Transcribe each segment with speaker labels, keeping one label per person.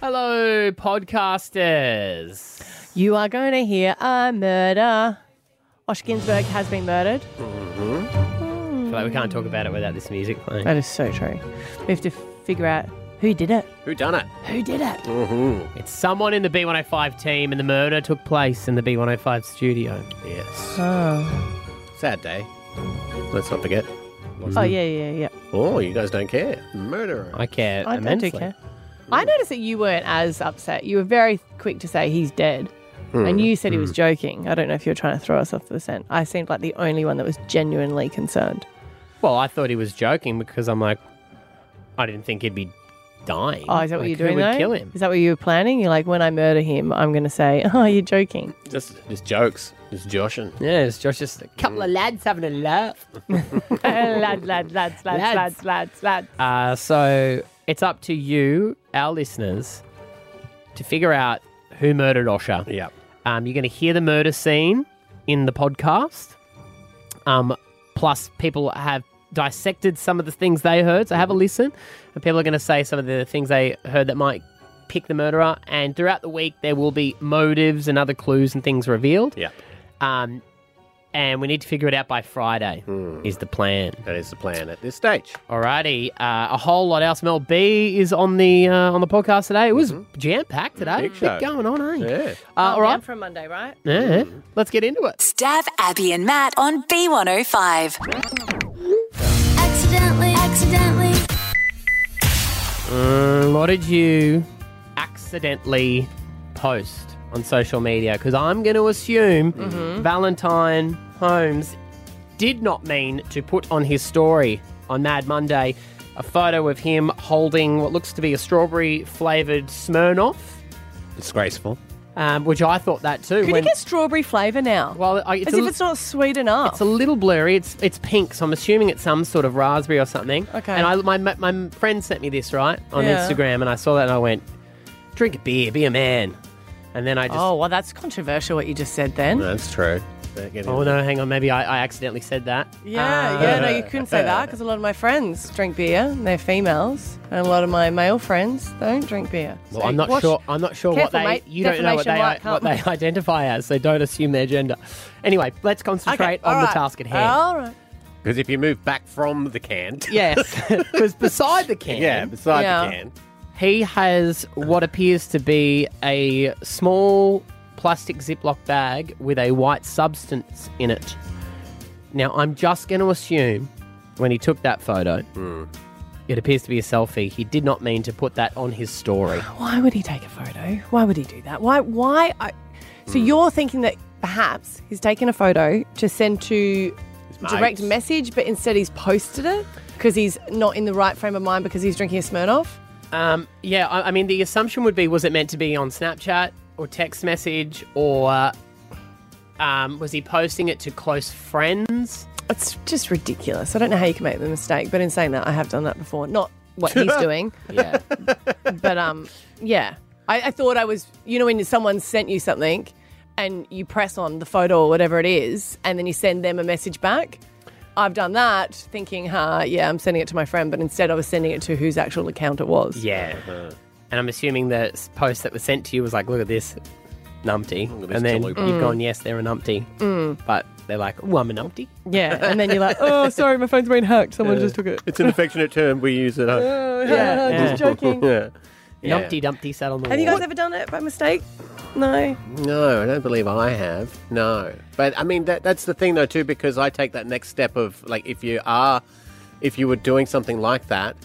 Speaker 1: Hello, podcasters.
Speaker 2: You are going to hear a murder. Osh Ginsburg has been murdered.
Speaker 1: I feel like we can't talk about it without this music playing.
Speaker 2: That is so true. We have to figure out who did it.
Speaker 1: Who done it?
Speaker 2: Who did it?
Speaker 1: Mm-hmm. It's someone in the B105 team, and the murder took place in the B105 studio. Yes.
Speaker 2: Oh.
Speaker 1: Sad day. Let's not forget.
Speaker 2: Oh, yeah, yeah, yeah.
Speaker 3: Oh, you guys don't care. Murderer.
Speaker 1: I care
Speaker 2: I don't
Speaker 1: immensely.
Speaker 2: do care. I noticed that you weren't as upset. You were very quick to say he's dead. And you said he was joking. I don't know if you were trying to throw us off the scent. I seemed like the only one that was genuinely concerned.
Speaker 1: Well, I thought he was joking because I'm like, I didn't think he'd be dying.
Speaker 2: Oh, is that what
Speaker 1: Like,
Speaker 2: you're doing
Speaker 1: Who would
Speaker 2: though?
Speaker 1: kill him?
Speaker 2: Is that what you were planning? You're like, when I murder him, I'm going to say, oh, you're joking.
Speaker 3: Just, just jokes. Just joshing.
Speaker 1: Yeah, it's just, just a couple of lads having a laugh.
Speaker 2: lads, lads, lads, lads,
Speaker 1: Lads.
Speaker 2: lads, lads, lads.
Speaker 1: Uh, so it's up to you, our listeners, to figure out who murdered Osha.
Speaker 3: Yeah.
Speaker 1: Um, you're going to hear the murder scene in the podcast. Um, plus, people have dissected some of the things they heard, so have a listen. And people are going to say some of the things they heard that might pick the murderer. And throughout the week, there will be motives and other clues and things revealed.
Speaker 3: Yeah.
Speaker 1: Um, and we need to figure it out by Friday,
Speaker 3: Hmm.
Speaker 1: is the plan.
Speaker 3: That is the plan at this stage.
Speaker 1: Alrighty, uh, a whole lot else. Mel B is on the uh, on the podcast today. It was jam packed today.
Speaker 3: Mm-hmm. Big
Speaker 1: Bit
Speaker 3: show.
Speaker 1: going on, eh?
Speaker 3: Yeah.
Speaker 1: Uh, all right,
Speaker 2: from Monday, right?
Speaker 1: yeah. Let's get into it.
Speaker 4: Stav, Abby, and Matt on B105.
Speaker 5: Accidentally, accidentally.
Speaker 1: Mm, what did you accidentally post on social media? Because I'm going to assume
Speaker 2: Mm-hmm.
Speaker 1: Valentine Holmes did not mean to put on his story on Mad Monday a photo of him holding what looks to be a strawberry flavored Smirnoff,
Speaker 3: Disgraceful.
Speaker 1: um, which I thought that too.
Speaker 2: Could
Speaker 1: when-
Speaker 2: you get strawberry flavour now?
Speaker 1: well, I, it's
Speaker 2: As
Speaker 1: a
Speaker 2: if
Speaker 1: l-
Speaker 2: it's not sweet enough.
Speaker 1: It's a little blurry. It's it's pink, so I'm assuming it's some sort of raspberry or something.
Speaker 2: Okay.
Speaker 1: And I, my my my friend sent me this right on
Speaker 2: Yeah.
Speaker 1: Instagram, and I saw that and I went, drink a beer, be a man. And then I just,
Speaker 2: oh,
Speaker 1: oh,
Speaker 2: well, that's controversial what you just said then.
Speaker 3: That's true. Oh, They're getting-
Speaker 1: "Oh, no, hang on, maybe I, I accidentally said that. Uh,
Speaker 2: Yeah, yeah, no, you couldn't say that because a lot of my friends drink beer and they're females, and a lot of my male friends don't drink beer.
Speaker 1: Well,
Speaker 2: So
Speaker 1: I'm not
Speaker 2: watch-
Speaker 1: sure. I'm not sure
Speaker 2: Careful,
Speaker 1: what they.
Speaker 2: mate.
Speaker 1: You don't know what
Speaker 2: Defamation
Speaker 1: they
Speaker 2: might
Speaker 1: what
Speaker 2: come.
Speaker 1: they identify as, so don't assume their gender. Anyway, let's concentrate on the
Speaker 2: alright. Oh.
Speaker 1: task at hand.
Speaker 2: All right.
Speaker 3: Because if you move back from the can.
Speaker 1: Yes, because beside the can,
Speaker 3: Yeah, beside
Speaker 2: Yeah.
Speaker 3: the can.
Speaker 1: He has what appears to be a small plastic Ziploc bag with a white substance in it. Now, I'm just going to assume when he took that photo, it appears to be a selfie. He did not mean to put that on his story.
Speaker 2: Why would he take a photo? Why would he do that? Why? Why? I, so
Speaker 1: Mm.
Speaker 2: you're thinking that perhaps he's taken a photo to send to direct
Speaker 3: mates.
Speaker 2: message, but instead he's posted it because he's not in the right frame of mind because he's drinking a Smirnoff.
Speaker 1: Um, yeah, I, I mean, the assumption would be was it meant to be on Snapchat or text message or um, was he posting it to close friends?
Speaker 2: It's just ridiculous. I don't know how you can make the mistake, but in saying that, I have done that before. Not what he's doing,
Speaker 1: Yeah.
Speaker 2: but um, yeah. I, I thought I was, you know, when someone sent you something and you press on the photo or whatever it is, and then you send them a message back. I've done that thinking, huh, yeah, I'm sending it to my friend, but instead I was sending it to whose actual account it was.
Speaker 1: Yeah.
Speaker 3: Uh-huh.
Speaker 1: And I'm assuming the s- post that was sent to you was like, look at this numpty.
Speaker 3: at this
Speaker 1: and then
Speaker 3: chalupa.
Speaker 1: you've gone, yes, they're a numpty.
Speaker 2: Mm.
Speaker 1: But they're like, oh, I'm a numpty.
Speaker 2: Yeah, And then you're like, oh, sorry, my phone's been hacked. Someone just took it.
Speaker 3: It's an affectionate term we use at home.
Speaker 2: Oh,
Speaker 1: Yeah, yeah.
Speaker 2: Just joking.
Speaker 3: yeah.
Speaker 1: Numpty dumpty sat on the
Speaker 2: Have you
Speaker 1: wall.
Speaker 2: guys ever done it by mistake? No.
Speaker 3: No, I don't believe I have. No, but I mean that, that's the thing though too, because I take that next step of like if you are, if you were doing something like that,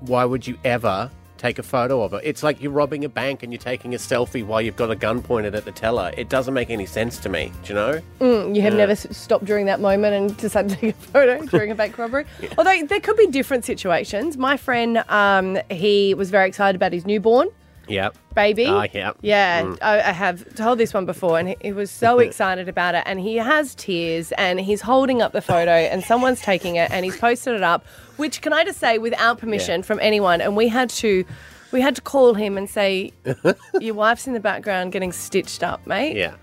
Speaker 3: why would you ever take a photo of it? It's like you're robbing a bank and you're taking a selfie while you've got a gun pointed at the teller. It doesn't make any sense to me. Do you know?
Speaker 2: You have never s- stopped during that moment and decided to take a photo during a bank robbery. Although there could be different situations. My friend, um, he was very excited about his newborn
Speaker 3: Yep.
Speaker 2: baby.
Speaker 3: Ah, yeah.
Speaker 2: Yeah, I, I have told this one before, and he, he was so excited about it. And he has tears, and he's holding up the photo, and someone's taking it, and he's posted it up. Which can I just say, without permission from anyone, and we had to. We had to call him and say, "Your wife's in the background getting stitched up, mate."
Speaker 3: Yeah.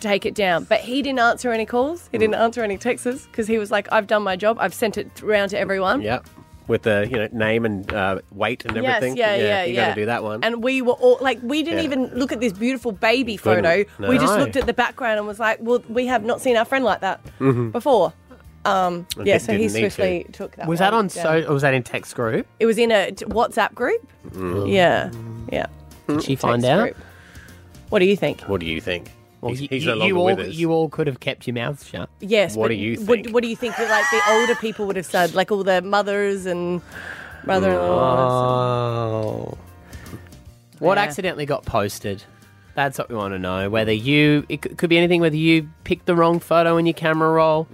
Speaker 2: take it down. But he didn't answer any calls. He didn't answer any texts because he was like, I've done my job. I've sent it around to everyone.
Speaker 3: Yep. with the you know name and uh, weight and
Speaker 2: Yes,
Speaker 3: everything.
Speaker 2: yeah, yeah,
Speaker 3: you
Speaker 2: yeah.
Speaker 3: gotta do that one.
Speaker 2: And we were all like, we didn't
Speaker 3: Yeah.
Speaker 2: even look at this beautiful baby
Speaker 3: couldn't.
Speaker 2: photo.
Speaker 3: No.
Speaker 2: We just
Speaker 3: No.
Speaker 2: looked at the background and was like, well, we have not seen our friend like that before. Um, yeah,
Speaker 3: did-
Speaker 2: so he
Speaker 3: Mm-hmm. didn't need to.
Speaker 2: swiftly took that.
Speaker 1: Was that
Speaker 2: one
Speaker 1: on
Speaker 2: down.
Speaker 1: so? Or was that in text group?
Speaker 2: It was in a t- WhatsApp group.
Speaker 3: Mm.
Speaker 2: Yeah, yeah.
Speaker 1: Did she find
Speaker 2: Text
Speaker 1: out?
Speaker 2: group. What do you think?
Speaker 3: what do you think?
Speaker 1: Well,
Speaker 3: he's,
Speaker 1: you-
Speaker 3: he's
Speaker 1: you,
Speaker 3: no longer
Speaker 1: you all,
Speaker 3: with us.
Speaker 1: You all could have kept your mouths shut.
Speaker 2: Yes.
Speaker 3: What
Speaker 2: but
Speaker 3: do you
Speaker 2: What,
Speaker 3: think?
Speaker 2: what do you think that like the older people would have said, like all their mothers and brother-in-law?
Speaker 1: Oh. What
Speaker 2: Yeah.
Speaker 1: accidentally got posted? That's what we want to know. Whether you, it c- could be anything, whether you picked the wrong photo in your camera roll.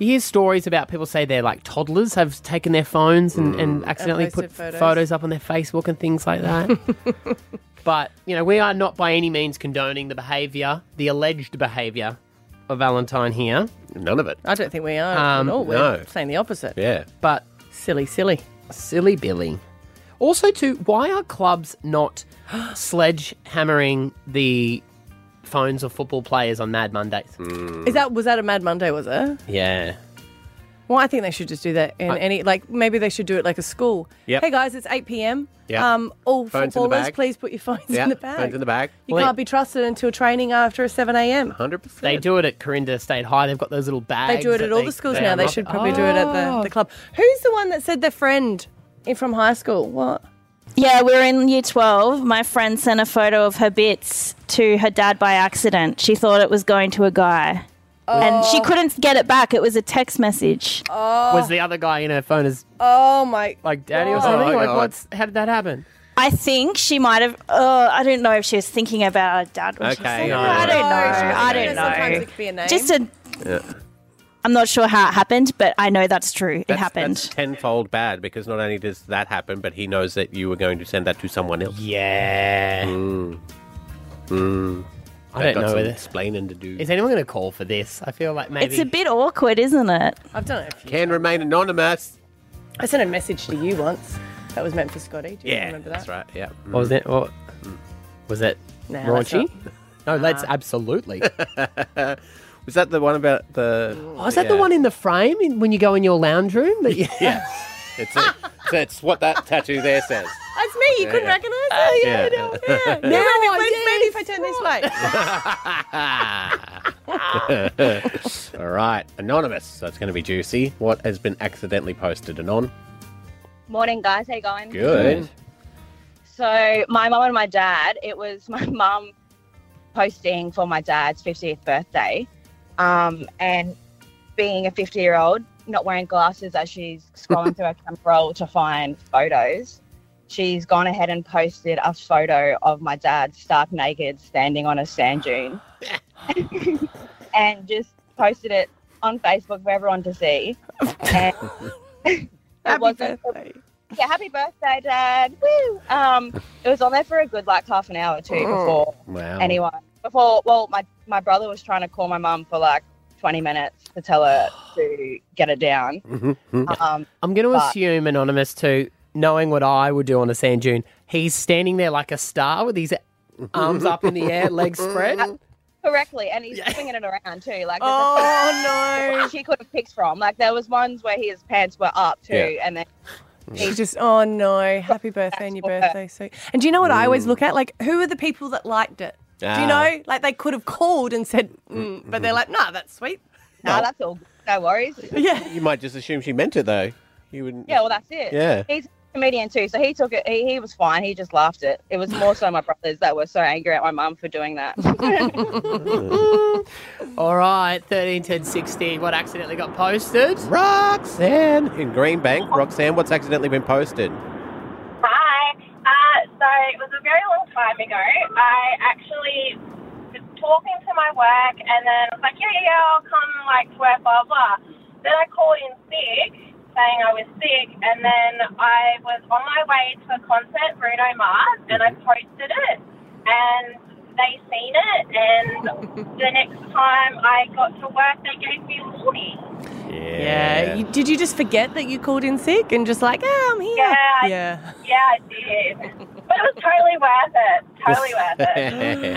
Speaker 1: You hear stories about people say they're like toddlers have taken their phones and, and accidentally
Speaker 2: posted
Speaker 1: put
Speaker 2: photos.
Speaker 1: photos. up on their Facebook and things like that. but, you know, we are not by any means condoning the behavior, the alleged behavior of Valentine here.
Speaker 3: None of it.
Speaker 2: I don't think we are.
Speaker 1: Um,
Speaker 2: no, we're
Speaker 3: Uh, no.
Speaker 2: saying the opposite.
Speaker 3: Yeah.
Speaker 1: But
Speaker 2: Silly, silly.
Speaker 1: Silly Billy. Also, too, why are clubs not sledgehammering the phones of football players on Mad Mondays?
Speaker 3: Mm.
Speaker 2: Is that was that a Mad Monday? Was it?
Speaker 1: Yeah.
Speaker 2: Well, I think they should just do that in any like maybe they should do it like a school.
Speaker 3: Yep.
Speaker 2: Hey guys, it's eight p.m.
Speaker 3: Yep.
Speaker 2: Um, all
Speaker 3: Phones in the
Speaker 2: footballers,
Speaker 3: bag.
Speaker 2: please put your phones
Speaker 3: Yeah.
Speaker 2: in the bag.
Speaker 3: Phones in the bag.
Speaker 2: You
Speaker 1: Well,
Speaker 2: can't be trusted until training after seven a.m.
Speaker 3: Hundred percent.
Speaker 1: They do it at Corinda State High. They've got those little bags.
Speaker 2: They do it
Speaker 1: that
Speaker 2: at all the schools now. They
Speaker 1: unlock-
Speaker 2: should probably do it at the,
Speaker 3: Oh.
Speaker 2: the club. Who's the one that said their friend in- from high school? What?
Speaker 5: Yeah, we were in year 12. My friend sent a photo of her bits to her dad by accident. She thought it was going to a guy. And
Speaker 2: Oh.
Speaker 5: she couldn't get it back. It was a text message.
Speaker 1: Was the other guy in her phone as
Speaker 2: Oh my!
Speaker 1: like daddy or
Speaker 2: God.
Speaker 1: something?
Speaker 3: Oh,
Speaker 1: like,
Speaker 3: God.
Speaker 1: what's how did that happen?
Speaker 5: I think she might have. Uh, I don't know if she was thinking about her dad. When she
Speaker 3: Okay,
Speaker 5: sent it.
Speaker 3: no,
Speaker 5: I don't know. I
Speaker 2: You
Speaker 5: don't
Speaker 2: know, Sometimes it
Speaker 5: know.
Speaker 2: could be a name.
Speaker 5: Just a. I'm not sure how it happened, but I know that's true. it
Speaker 3: That's-
Speaker 5: happened.
Speaker 3: That's tenfold bad because not only does that happen, but he knows that you were going to send that to someone else.
Speaker 1: Yeah.
Speaker 2: Hmm.
Speaker 1: I Hmm. don't
Speaker 3: They've got
Speaker 1: know
Speaker 3: some
Speaker 1: whether
Speaker 3: Explaining to do.
Speaker 1: is anyone going to call for this. I feel like maybe
Speaker 5: it's a bit awkward, isn't it?
Speaker 2: I've done it. A few.
Speaker 3: Can remain anonymous.
Speaker 2: I sent a message to you once. That was meant for Scotty. Do you
Speaker 3: Yeah,
Speaker 2: remember that?
Speaker 3: that's right. Yeah.
Speaker 1: What was it? What
Speaker 2: Hmm.
Speaker 1: was it?
Speaker 2: Nah, that's
Speaker 1: raunchy? No, that's absolutely.
Speaker 3: Was that the one about the?
Speaker 1: Oh, is that the
Speaker 3: Yeah.
Speaker 1: one in the frame in, when you go in your lounge room? That you-
Speaker 3: Yeah. it's it. That's what that tattoo there says.
Speaker 2: That's me. You couldn't
Speaker 3: Yeah.
Speaker 2: recognise it. Oh,
Speaker 3: yeah, Yeah. no,
Speaker 2: yeah. No, maybe if I Oh. turn this way.
Speaker 3: All right, anonymous. So it's going to be juicy. What has been accidentally posted anon?
Speaker 6: Morning, guys. How you going?
Speaker 3: Good.
Speaker 6: So, my mum and my dad. It was my mum posting for my dad's fiftieth birthday, um, and being a fifty-year-old, not wearing glasses as she's scrolling through her camera roll to find photos, she's gone ahead and posted a photo of my dad stark naked standing on a sand dune, and just posted it on Facebook for everyone to see. And it
Speaker 2: Happy
Speaker 6: wasn't
Speaker 2: birthday.
Speaker 6: yeah, happy birthday, Dad. Woo! Um, it was on there for a good like half an hour too before
Speaker 1: Oh.
Speaker 3: Wow.
Speaker 6: anyone. Before, well, my my brother was trying to call my mum for like twenty minutes to tell her to get it down. Um,
Speaker 1: I'm going to
Speaker 6: But-
Speaker 1: assume anonymous too, knowing what I would do on a sand dune. He's standing there like a star with his arms up in the air, legs spread.
Speaker 6: correctly, and he's swinging it around too. Like, there's a
Speaker 2: Oh
Speaker 6: few
Speaker 2: no!
Speaker 6: she could have picked from. Like, there was ones where his pants were up too,
Speaker 3: Yeah.
Speaker 6: and then
Speaker 2: She just oh no! Happy birthday and your birthday. So, and do you know what I always look at? Like, who are the people that liked it? Do
Speaker 3: Mm. Ah. Mm-hmm.
Speaker 2: you know? Like, they could have called and said, mm, but they're like, nah, that's sweet.
Speaker 6: nah, that's all. good. No worries.
Speaker 2: Yeah.
Speaker 3: You might just assume she meant it though. You wouldn't.
Speaker 6: Yeah, well, that's it.
Speaker 3: Yeah.
Speaker 6: He's a comedian too, so he took it. He, he was fine. He just laughed it. It was more so my brothers that were so angry at my mum for doing that.
Speaker 1: All right, 13, 10, 16. What accidentally got posted?
Speaker 3: Roxanne in Greenbank. Roxanne, what's accidentally been posted?
Speaker 7: Hi. Uh, so it was a very long time ago. I actually was talking to my work, and then I was like, yeah, yeah, yeah, I'll come like to work, blah blah. Then I called in sick, saying I was sick, and then I was on my way to a concert, Bruno Mars, and I posted it, and they seen it, and the next time I got to work, they gave me a warning.
Speaker 3: Yeah.
Speaker 2: Yeah. You, did you just forget that you called in sick and just like, ah, I'm here?
Speaker 7: Yeah, I-
Speaker 2: Yeah.
Speaker 7: Yeah, I did, but it was totally worth it. Totally worth it.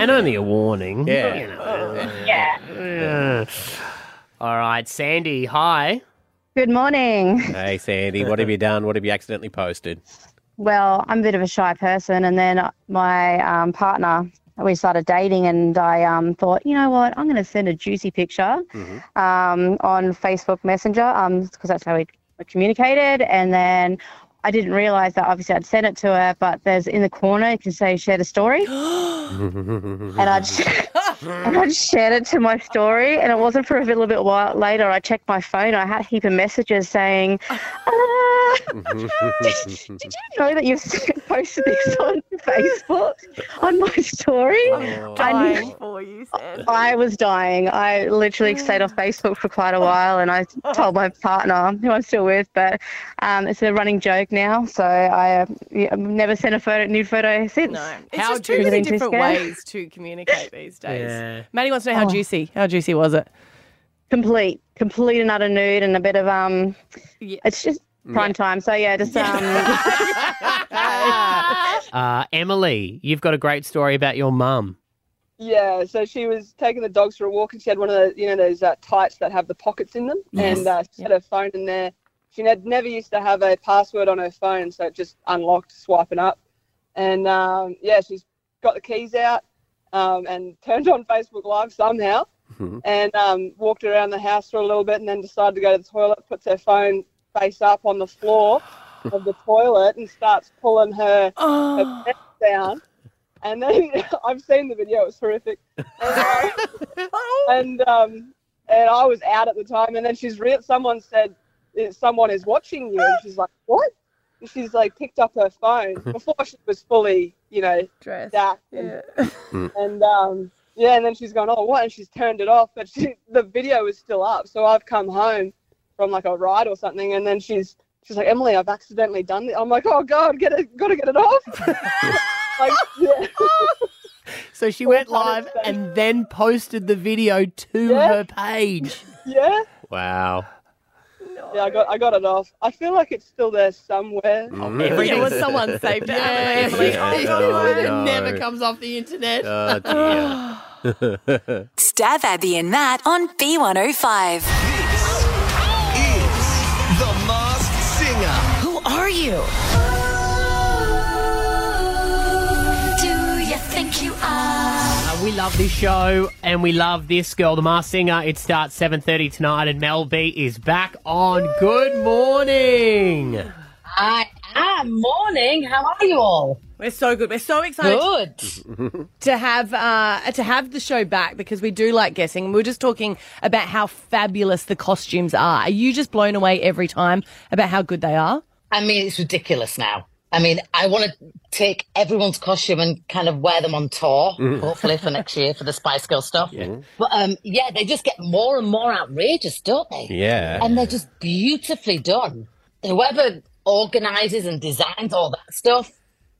Speaker 1: And only a warning.
Speaker 3: Yeah.
Speaker 1: You know.
Speaker 7: Yeah.
Speaker 1: Yeah. All right, Sandy, hi.
Speaker 8: Good morning.
Speaker 3: Hey, Sandy, what have you done? What have you accidentally posted?
Speaker 8: Well, I'm a bit of a shy person, and then my um, partner, we started dating, and I um, thought, you know what, I'm going to send a juicy picture um, on Facebook Messenger because that's how we communicated. And then I didn't realize that obviously I'd sent it to her, but there's in the corner you can say share the story, and I just. And I just shared it to my story, and it wasn't for a little bit while later. I checked my phone. I had a heap of messages saying, "Ah, did you know that you've posted this on Facebook on my story?
Speaker 3: Oh,
Speaker 8: I, knew-
Speaker 2: Dying for you, Sandy.
Speaker 8: I was dying. I literally stayed off Facebook for quite a while, and I told my partner, who I'm still with, but um, it's a running joke now. So I uh, yeah, I've never sent a photo, nude photo since.
Speaker 2: No, it's
Speaker 1: How
Speaker 2: just too many
Speaker 8: juicy.
Speaker 2: different ways to communicate these days.
Speaker 1: Yeah.
Speaker 2: Maddie wants to
Speaker 1: Oh.
Speaker 2: know how juicy. How juicy was it?
Speaker 8: Complete, complete and utter nude, and a bit of um,
Speaker 2: Yeah.
Speaker 8: it's just prime time. So yeah, just um,
Speaker 1: Uh, Emily, you've got a great story about your mum.
Speaker 9: Yeah, so she was taking the dogs for a walk, and she had one of those, you know, those uh, tights that have the pockets in them,
Speaker 2: Yes.
Speaker 9: and uh, she had her phone in there. She had never used to have a password on her phone, so it just unlocked, swiping up, and um, yeah, she's got the keys out um, and turned on Facebook Live somehow, and um, walked around the house for a little bit, and then decided to go to the toilet. Puts her phone face up on the floor of the toilet and starts pulling her her pants down. And then I've seen the video; it was horrific. And, and um, and I was out at the time. And then she's re- someone said "Eh, someone is watching you, and she's like, "What?" And she's like picked up her phone before she was fully, you know,
Speaker 2: Dress.
Speaker 9: that.
Speaker 2: Yeah.
Speaker 9: And um, yeah, and then she's gone, oh, what? And she's turned it off, but she, the video is still up. So I've come home from like a ride or something, and then she's she's like, Emily, I've accidentally done this. I'm like, oh god, get it, gotta get it off. like, yeah,
Speaker 1: So she went
Speaker 9: What kind
Speaker 1: live
Speaker 9: of thing?
Speaker 1: and then posted the video to
Speaker 9: Yeah.
Speaker 1: her page.
Speaker 9: yeah,
Speaker 3: Wow.
Speaker 9: yeah. I got I got it off. I feel like it's still there somewhere.
Speaker 10: Mm-hmm.
Speaker 2: It was someone saved it. Emily.
Speaker 3: Oh, no.
Speaker 1: never comes off the internet.
Speaker 3: Oh, dear.
Speaker 4: Stab Abby and Matt on B105.
Speaker 11: Is the Masked Singer.
Speaker 12: Who are you?
Speaker 4: Do you think you are?
Speaker 1: Uh, we love this show and we love this girl, The Masked Singer. It starts 7.30 tonight and Mel B is back on Good Morning.
Speaker 12: I am. Morning. How are you all?
Speaker 2: We're so good. We're so excited
Speaker 12: Good.
Speaker 2: to have uh, to have the show back because we do like guessing. We We're just talking about how fabulous the costumes are. Are you just blown away every time about how good they are?
Speaker 12: I mean, it's ridiculous now. I mean, I want to take everyone's costume and kind of wear them on tour, hopefully for next year for the Spice Girl stuff. But um, yeah, they just get more and more outrageous, don't they?
Speaker 3: Yeah.
Speaker 12: And they're just beautifully done. Whoever organizes and designs all that stuff,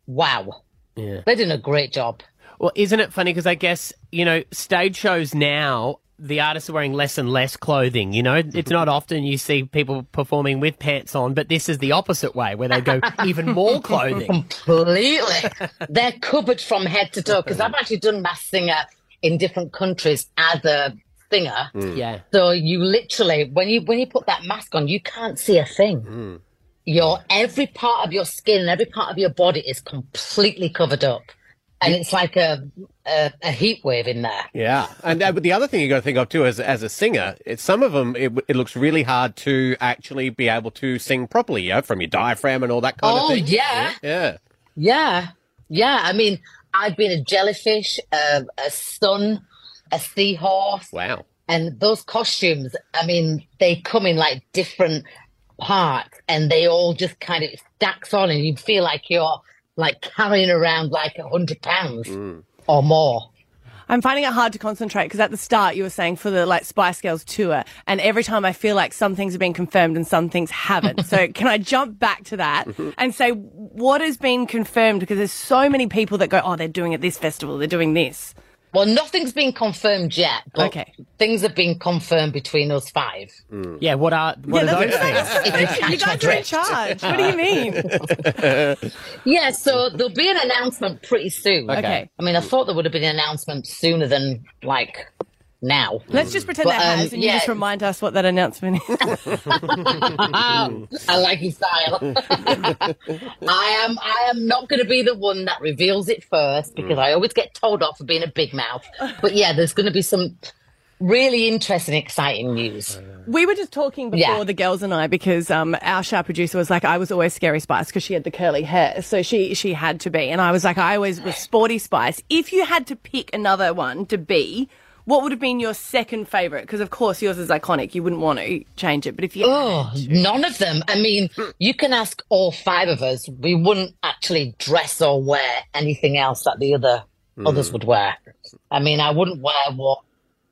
Speaker 12: wow. Yeah. They're doing a great job.
Speaker 1: Well, isn't it funny? Because I guess, you know, stage shows now, the artists are wearing less and less clothing. You know, it's not often you see people performing with pants on, but this is the opposite way where they go even more clothing.
Speaker 12: Completely. They're covered from head to toe because I've actually done mass singer in different countries as a singer.
Speaker 1: Yeah.
Speaker 12: So you literally, when you when you put that mask on, you can't see a thing. Your every part of your skin and every part of your body is completely covered up, and it's like a a, a heat wave in there.
Speaker 3: Yeah, and uh, but the other thing you got to think of too, as as a singer, it's some of them it, it looks really hard to actually be able to sing properly, you know, from your diaphragm and all that kind
Speaker 12: Oh,
Speaker 3: of thing.
Speaker 12: yeah.
Speaker 3: yeah,
Speaker 12: Yeah, yeah. I mean, I've been a jellyfish, a, a sun, a seahorse.
Speaker 3: wow.
Speaker 12: And those costumes, I mean, they come in like different parts and they all just kind of stacks on and you feel like you're like carrying around like a hundred pounds or more.
Speaker 2: I'm finding it hard to concentrate because at the start you were saying for the like Spice Girls tour, and every time I feel like some things have been confirmed and some things haven't. so can I jump back to that and say what has been confirmed? Because there's so many people that go, oh, they're doing it this festival, they're doing this.
Speaker 12: Well, nothing's been confirmed yet, but
Speaker 2: Okay.
Speaker 12: things have been confirmed between us five.
Speaker 1: Yeah, what are what are those things?
Speaker 12: If you catch
Speaker 2: You
Speaker 12: my
Speaker 2: guys are in
Speaker 12: drift.
Speaker 2: charge. What do you mean?
Speaker 12: Yeah, so there'll be an announcement pretty soon.
Speaker 2: Okay.
Speaker 12: I mean, I thought there would have been an announcement sooner than like now.
Speaker 2: Let's just pretend
Speaker 12: But,
Speaker 2: that
Speaker 12: um,
Speaker 2: has, and you
Speaker 12: yeah.
Speaker 2: just remind us what that announcement is.
Speaker 12: Um, I like his style. I am I am not going to be the one that reveals it first because
Speaker 13: Mm.
Speaker 12: I always get told off for being a big mouth. But yeah, there's going to be some really interesting, exciting news.
Speaker 2: We were just talking before
Speaker 12: Yeah.
Speaker 2: the girls and I because um, our show producer was like, I was always Scary Spice because she had the curly hair, so she she had to be, and I was like, I always was Sporty Spice. If you had to pick another one to be, what would have been your second favorite? Because of course yours is iconic. You wouldn't want to change it, but if you
Speaker 12: Oh, none of them. I mean, you can ask all five of us. We wouldn't actually dress or wear anything else that the other others would wear. I mean, I wouldn't wear what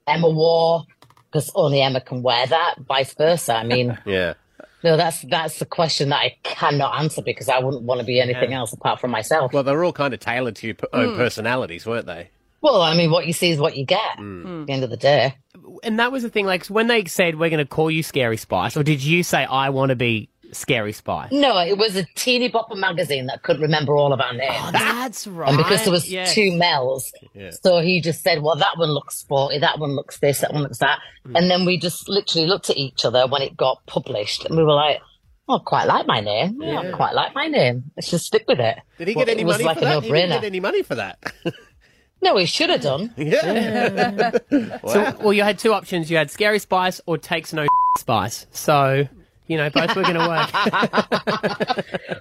Speaker 12: Emma wore because only Emma can wear that. Vice versa. I mean,
Speaker 3: Yeah.
Speaker 12: no, that's that's the question that I cannot answer because I wouldn't want to be anything
Speaker 3: Yeah.
Speaker 12: else apart from myself.
Speaker 3: Well, they're all kind of tailored to your p- own
Speaker 12: Mm.
Speaker 3: personalities, weren't they?
Speaker 12: Well, I mean, what you see is what you get
Speaker 3: Hmm.
Speaker 12: at the end of the day.
Speaker 1: And that was the thing, like when they said we're going to call you Scary Spice, or did you say I want to be Scary Spice?
Speaker 12: No, it was a teeny bopper magazine that couldn't remember all of our names.
Speaker 3: Oh,
Speaker 1: that's
Speaker 12: And because there was
Speaker 1: right, yes.
Speaker 12: two Mels,
Speaker 1: Yeah.
Speaker 12: so he just said, "Well, that one looks sporty, that one looks this, that one looks that,"
Speaker 3: Hmm.
Speaker 12: and then we just literally looked at each other when it got published, and we were like, "Oh, I quite like my name. Yeah, I
Speaker 3: Yeah.
Speaker 12: quite like my name. Let's just stick with it."
Speaker 3: Did he
Speaker 12: Well,
Speaker 3: get any
Speaker 12: it was
Speaker 3: money
Speaker 12: like
Speaker 3: for
Speaker 12: a
Speaker 3: that? He didn't
Speaker 12: no-brainer.
Speaker 3: get any money for that.
Speaker 12: No, he should have done.
Speaker 3: Yeah.
Speaker 1: So, well, you had two options. You had Scary Spice or Takes No Spice. So, you know, both were going to work.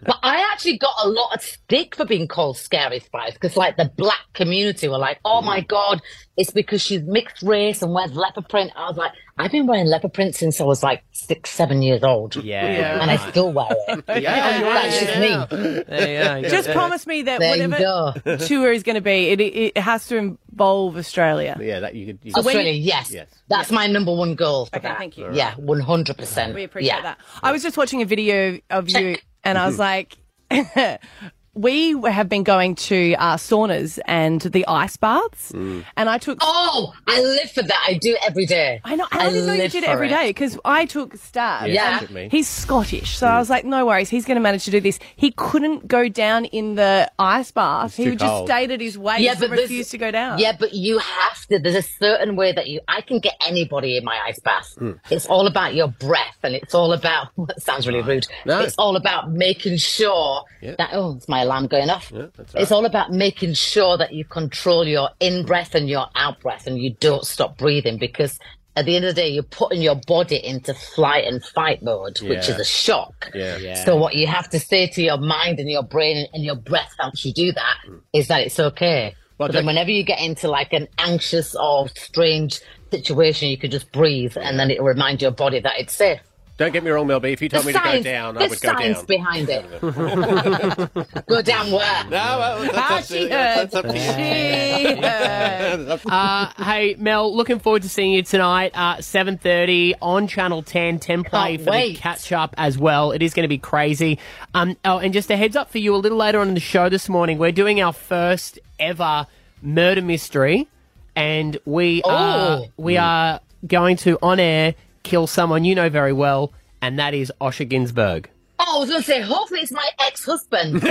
Speaker 12: But I actually got a lot of stick for being called Scary Spice because, like, the black community were like, "Oh my god, it's because she's mixed race and wears leopard print." I was like, "I've been wearing leopard print since I was like six, seven years old,
Speaker 1: Yeah. Yeah,
Speaker 12: and I
Speaker 1: right.
Speaker 12: still wear it."
Speaker 1: Yeah,
Speaker 2: yeah,
Speaker 12: that's just me.
Speaker 1: There you go.
Speaker 2: Just
Speaker 1: Yeah.
Speaker 2: promise me that
Speaker 12: There you
Speaker 2: whatever
Speaker 12: go.
Speaker 2: tour is going to be, it, it has to involve Australia.
Speaker 3: Yeah, that you could.
Speaker 2: you could-
Speaker 12: Australia,
Speaker 2: When-
Speaker 12: yes.
Speaker 2: Yes.
Speaker 12: That's my number one goal. For
Speaker 2: Okay,
Speaker 12: that.
Speaker 2: thank you.
Speaker 12: Yeah, 100%.
Speaker 2: We appreciate
Speaker 12: Yeah.
Speaker 2: that. I was just watching a video of you, and
Speaker 12: Mm-hmm.
Speaker 2: I was like, we have been going to uh, saunas and the ice baths,
Speaker 12: Mm.
Speaker 2: and I took.
Speaker 12: Oh, I live for that. I do it every day.
Speaker 2: I know. I, didn't know you
Speaker 12: live
Speaker 2: did it
Speaker 12: for
Speaker 2: every day because I took stabs.
Speaker 12: Yeah.
Speaker 2: and
Speaker 12: Took me. Mm.
Speaker 2: he's Scottish, so I was like, no worries, he's going to manage to do this. He couldn't go down in the ice bath. He
Speaker 12: too
Speaker 2: just
Speaker 12: cold.
Speaker 2: stayed at his waist and
Speaker 12: there's-
Speaker 2: refused to go down.
Speaker 12: Yeah, but you have to. There's a certain way that you. I can get anybody in my ice bath.
Speaker 13: Hmm.
Speaker 12: It's all about your breath, and it's all about. That sounds really rude.
Speaker 13: No.
Speaker 12: It's all about making sure
Speaker 13: Yeah.
Speaker 12: that. Oh, it's my alarm going off.
Speaker 13: right.
Speaker 12: It's all about making sure that you control your in breath and your out breath, and you don't stop breathing because. At the end of the day, you're putting your body into flight and fight mode, which
Speaker 13: Yeah.
Speaker 12: is a shock.
Speaker 13: Yeah.
Speaker 12: So what you have to say to your mind and your brain and your breath helps you do that is that it's okay.
Speaker 3: Hmm. Well,
Speaker 12: But then
Speaker 3: Jack-
Speaker 12: whenever you get into like an anxious or strange situation, you can just breathe and then it'll remind your body that it's safe.
Speaker 3: Don't get me wrong, Mel B. If you told
Speaker 12: The
Speaker 3: me to go
Speaker 12: science-
Speaker 3: down,
Speaker 12: the
Speaker 3: I would go
Speaker 12: science
Speaker 3: down.
Speaker 12: behind it. go down where? No,
Speaker 3: Ah, she
Speaker 1: heard.
Speaker 3: She
Speaker 1: uh, hey Mel, looking forward to seeing you tonight, uh, seven thirty on Channel 10, 10 play
Speaker 12: Can't
Speaker 1: for
Speaker 12: wait.
Speaker 1: the catch up as well. It is going to be crazy. Um, oh, and just a heads up for you, a little later on in the show this morning, we're doing our first ever murder mystery, and we are
Speaker 12: Oh.
Speaker 1: we are going to on air kill someone you know very well, and that is Osher Ginsburg.
Speaker 12: Oh, I was going to say, hopefully it's my ex-husband.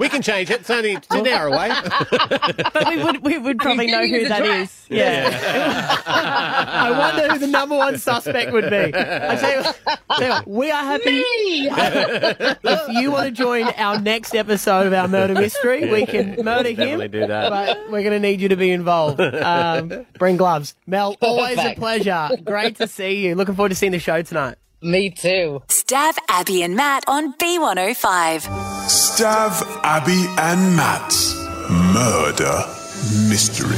Speaker 3: we can change it. It's only it's an hour away.
Speaker 2: but we would we would probably know
Speaker 1: giving
Speaker 2: who
Speaker 1: the
Speaker 2: that
Speaker 1: dress.
Speaker 2: is. Yeah.
Speaker 1: I wonder who the number one suspect would be. I tell you, tell you what, we are happy. if you want to join our next episode of our murder mystery, we can murder
Speaker 3: Definitely
Speaker 1: him.
Speaker 3: do that.
Speaker 1: But we're going to need you to be involved. Um, bring gloves. Mel, always a
Speaker 4: Perfect.
Speaker 1: pleasure. Great to see you. Looking forward to seeing the show tonight.
Speaker 12: Me too.
Speaker 4: Stab Abby and Matt on B105.
Speaker 14: Stav, Abby, and Matt's murder mystery.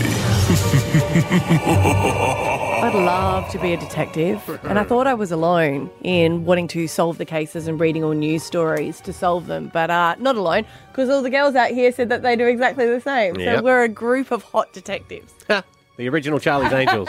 Speaker 2: I'd love to be a detective. And I thought I was alone in wanting to solve the cases and reading all news stories to solve them. But uh, not alone, because all the girls out here said that they do exactly the same. So
Speaker 3: Yep.
Speaker 2: we're a group of hot detectives.
Speaker 3: the original Charlie's Angels.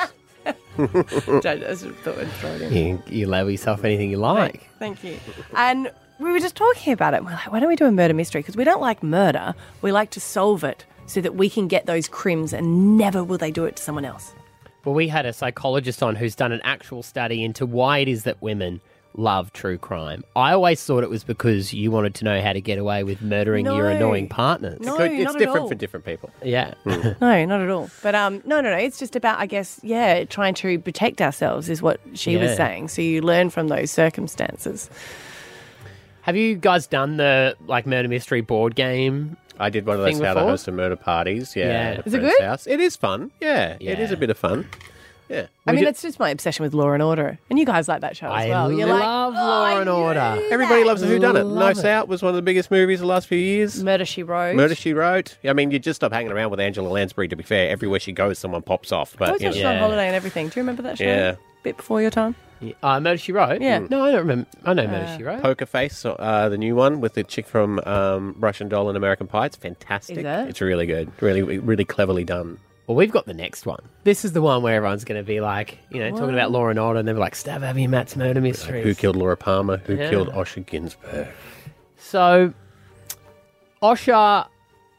Speaker 2: just thought I'd throw it in.
Speaker 1: You, you allow yourself anything you like.
Speaker 2: Thank you. And we were just talking about it. and We're like, why don't we do a murder mystery? Because we don't like murder. We like to solve it so that we can get those crims and never will they do it to someone else.
Speaker 1: Well, we had a psychologist on who's done an actual study into why it is that women love true crime. I always thought it was because you wanted to know how to get away with murdering your
Speaker 2: No.
Speaker 1: annoying partners.
Speaker 2: No, It's good- it's not at different all. for
Speaker 3: different people.
Speaker 1: Yeah.
Speaker 2: No, not at all. But um, no, no, no. It's just about, I guess, yeah, trying to protect ourselves is what she was
Speaker 1: Yeah.
Speaker 2: saying. So you learn from those circumstances.
Speaker 1: Have you guys done the like murder mystery board game?
Speaker 3: I did one of
Speaker 1: thing
Speaker 3: those how to
Speaker 1: before?
Speaker 3: host a murder parties. Yeah,
Speaker 1: Yeah.
Speaker 3: at a
Speaker 1: Is it
Speaker 3: friend's
Speaker 2: good?
Speaker 3: House. It is fun. Yeah, it is a
Speaker 2: Yeah.
Speaker 3: bit of fun. Yeah,
Speaker 2: I mean, it's just my obsession with Law and Order, and you guys like that show as
Speaker 3: I
Speaker 2: well. You're like, "Oh,
Speaker 1: love Law and Order.
Speaker 3: Everybody loves a whodunit.
Speaker 2: Love
Speaker 3: Knives
Speaker 2: it.
Speaker 3: Out was one of the biggest movies the last few years.
Speaker 2: Murder She Wrote.
Speaker 3: Murder She Wrote. I mean, you just stop hanging around with Angela Lansbury. To be fair, everywhere she goes, someone pops off.
Speaker 2: I
Speaker 3: But
Speaker 2: always
Speaker 3: you know.
Speaker 2: watched it on holiday and everything. Do you remember that show?
Speaker 3: Yeah.
Speaker 2: Bit before your time.
Speaker 1: Yeah. Uh, murder She Wrote.
Speaker 2: Yeah.
Speaker 1: No, I don't remember. I know Murder
Speaker 2: Uh,
Speaker 1: She Wrote.
Speaker 3: Poker Face, uh, the new one with the chick from um, Russian Doll and American Pie. It's fantastic.
Speaker 1: Is it?
Speaker 3: It's really good. Really, really cleverly done.
Speaker 1: Well, we've got the next one. This is the one where everyone's going to be like, you know, talking about Law and Order, and they're like, "Stab Abby and Matt's murder mystery."
Speaker 3: Who killed Laura Palmer? Who
Speaker 1: Yeah.
Speaker 3: killed Osher Ginsburg?
Speaker 1: So, Osha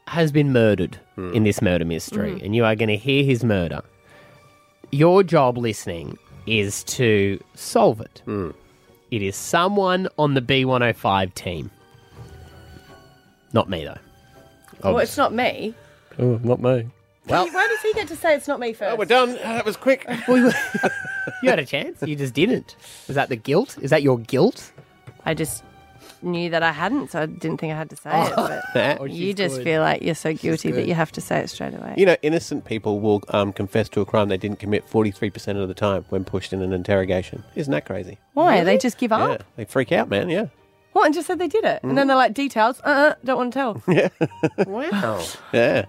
Speaker 1: has been murdered in this murder mystery,
Speaker 3: Mhm.
Speaker 1: and you are going to hear his murder. Your job listening is to solve it. It is someone on the B105 team. Not me, though.
Speaker 2: Well, it's not me.
Speaker 3: Oh, not me. Well,
Speaker 2: Why does he get to say it's not me first? Oh, we're
Speaker 3: done. Uh, That was quick.
Speaker 1: you had a chance. You just didn't. Is that the guilt? Is that your guilt?
Speaker 2: I just knew that I hadn't, so I didn't think I had to say it.
Speaker 3: That-
Speaker 2: But you just feel like you're so guilty, but
Speaker 3: good.
Speaker 2: you have to say it straight away.
Speaker 3: You know, innocent people will um, confess to a crime they didn't commit 43% of the time when pushed in an interrogation. Isn't that crazy?
Speaker 2: Why? They just give
Speaker 1: Oh.
Speaker 3: Yeah,
Speaker 2: up?
Speaker 3: they freak out, man. Yeah.
Speaker 2: What? And just said they did it, and then they're like details. Uh, uh don't want to tell.
Speaker 3: Yeah.
Speaker 1: wow.
Speaker 3: Yeah.
Speaker 2: So-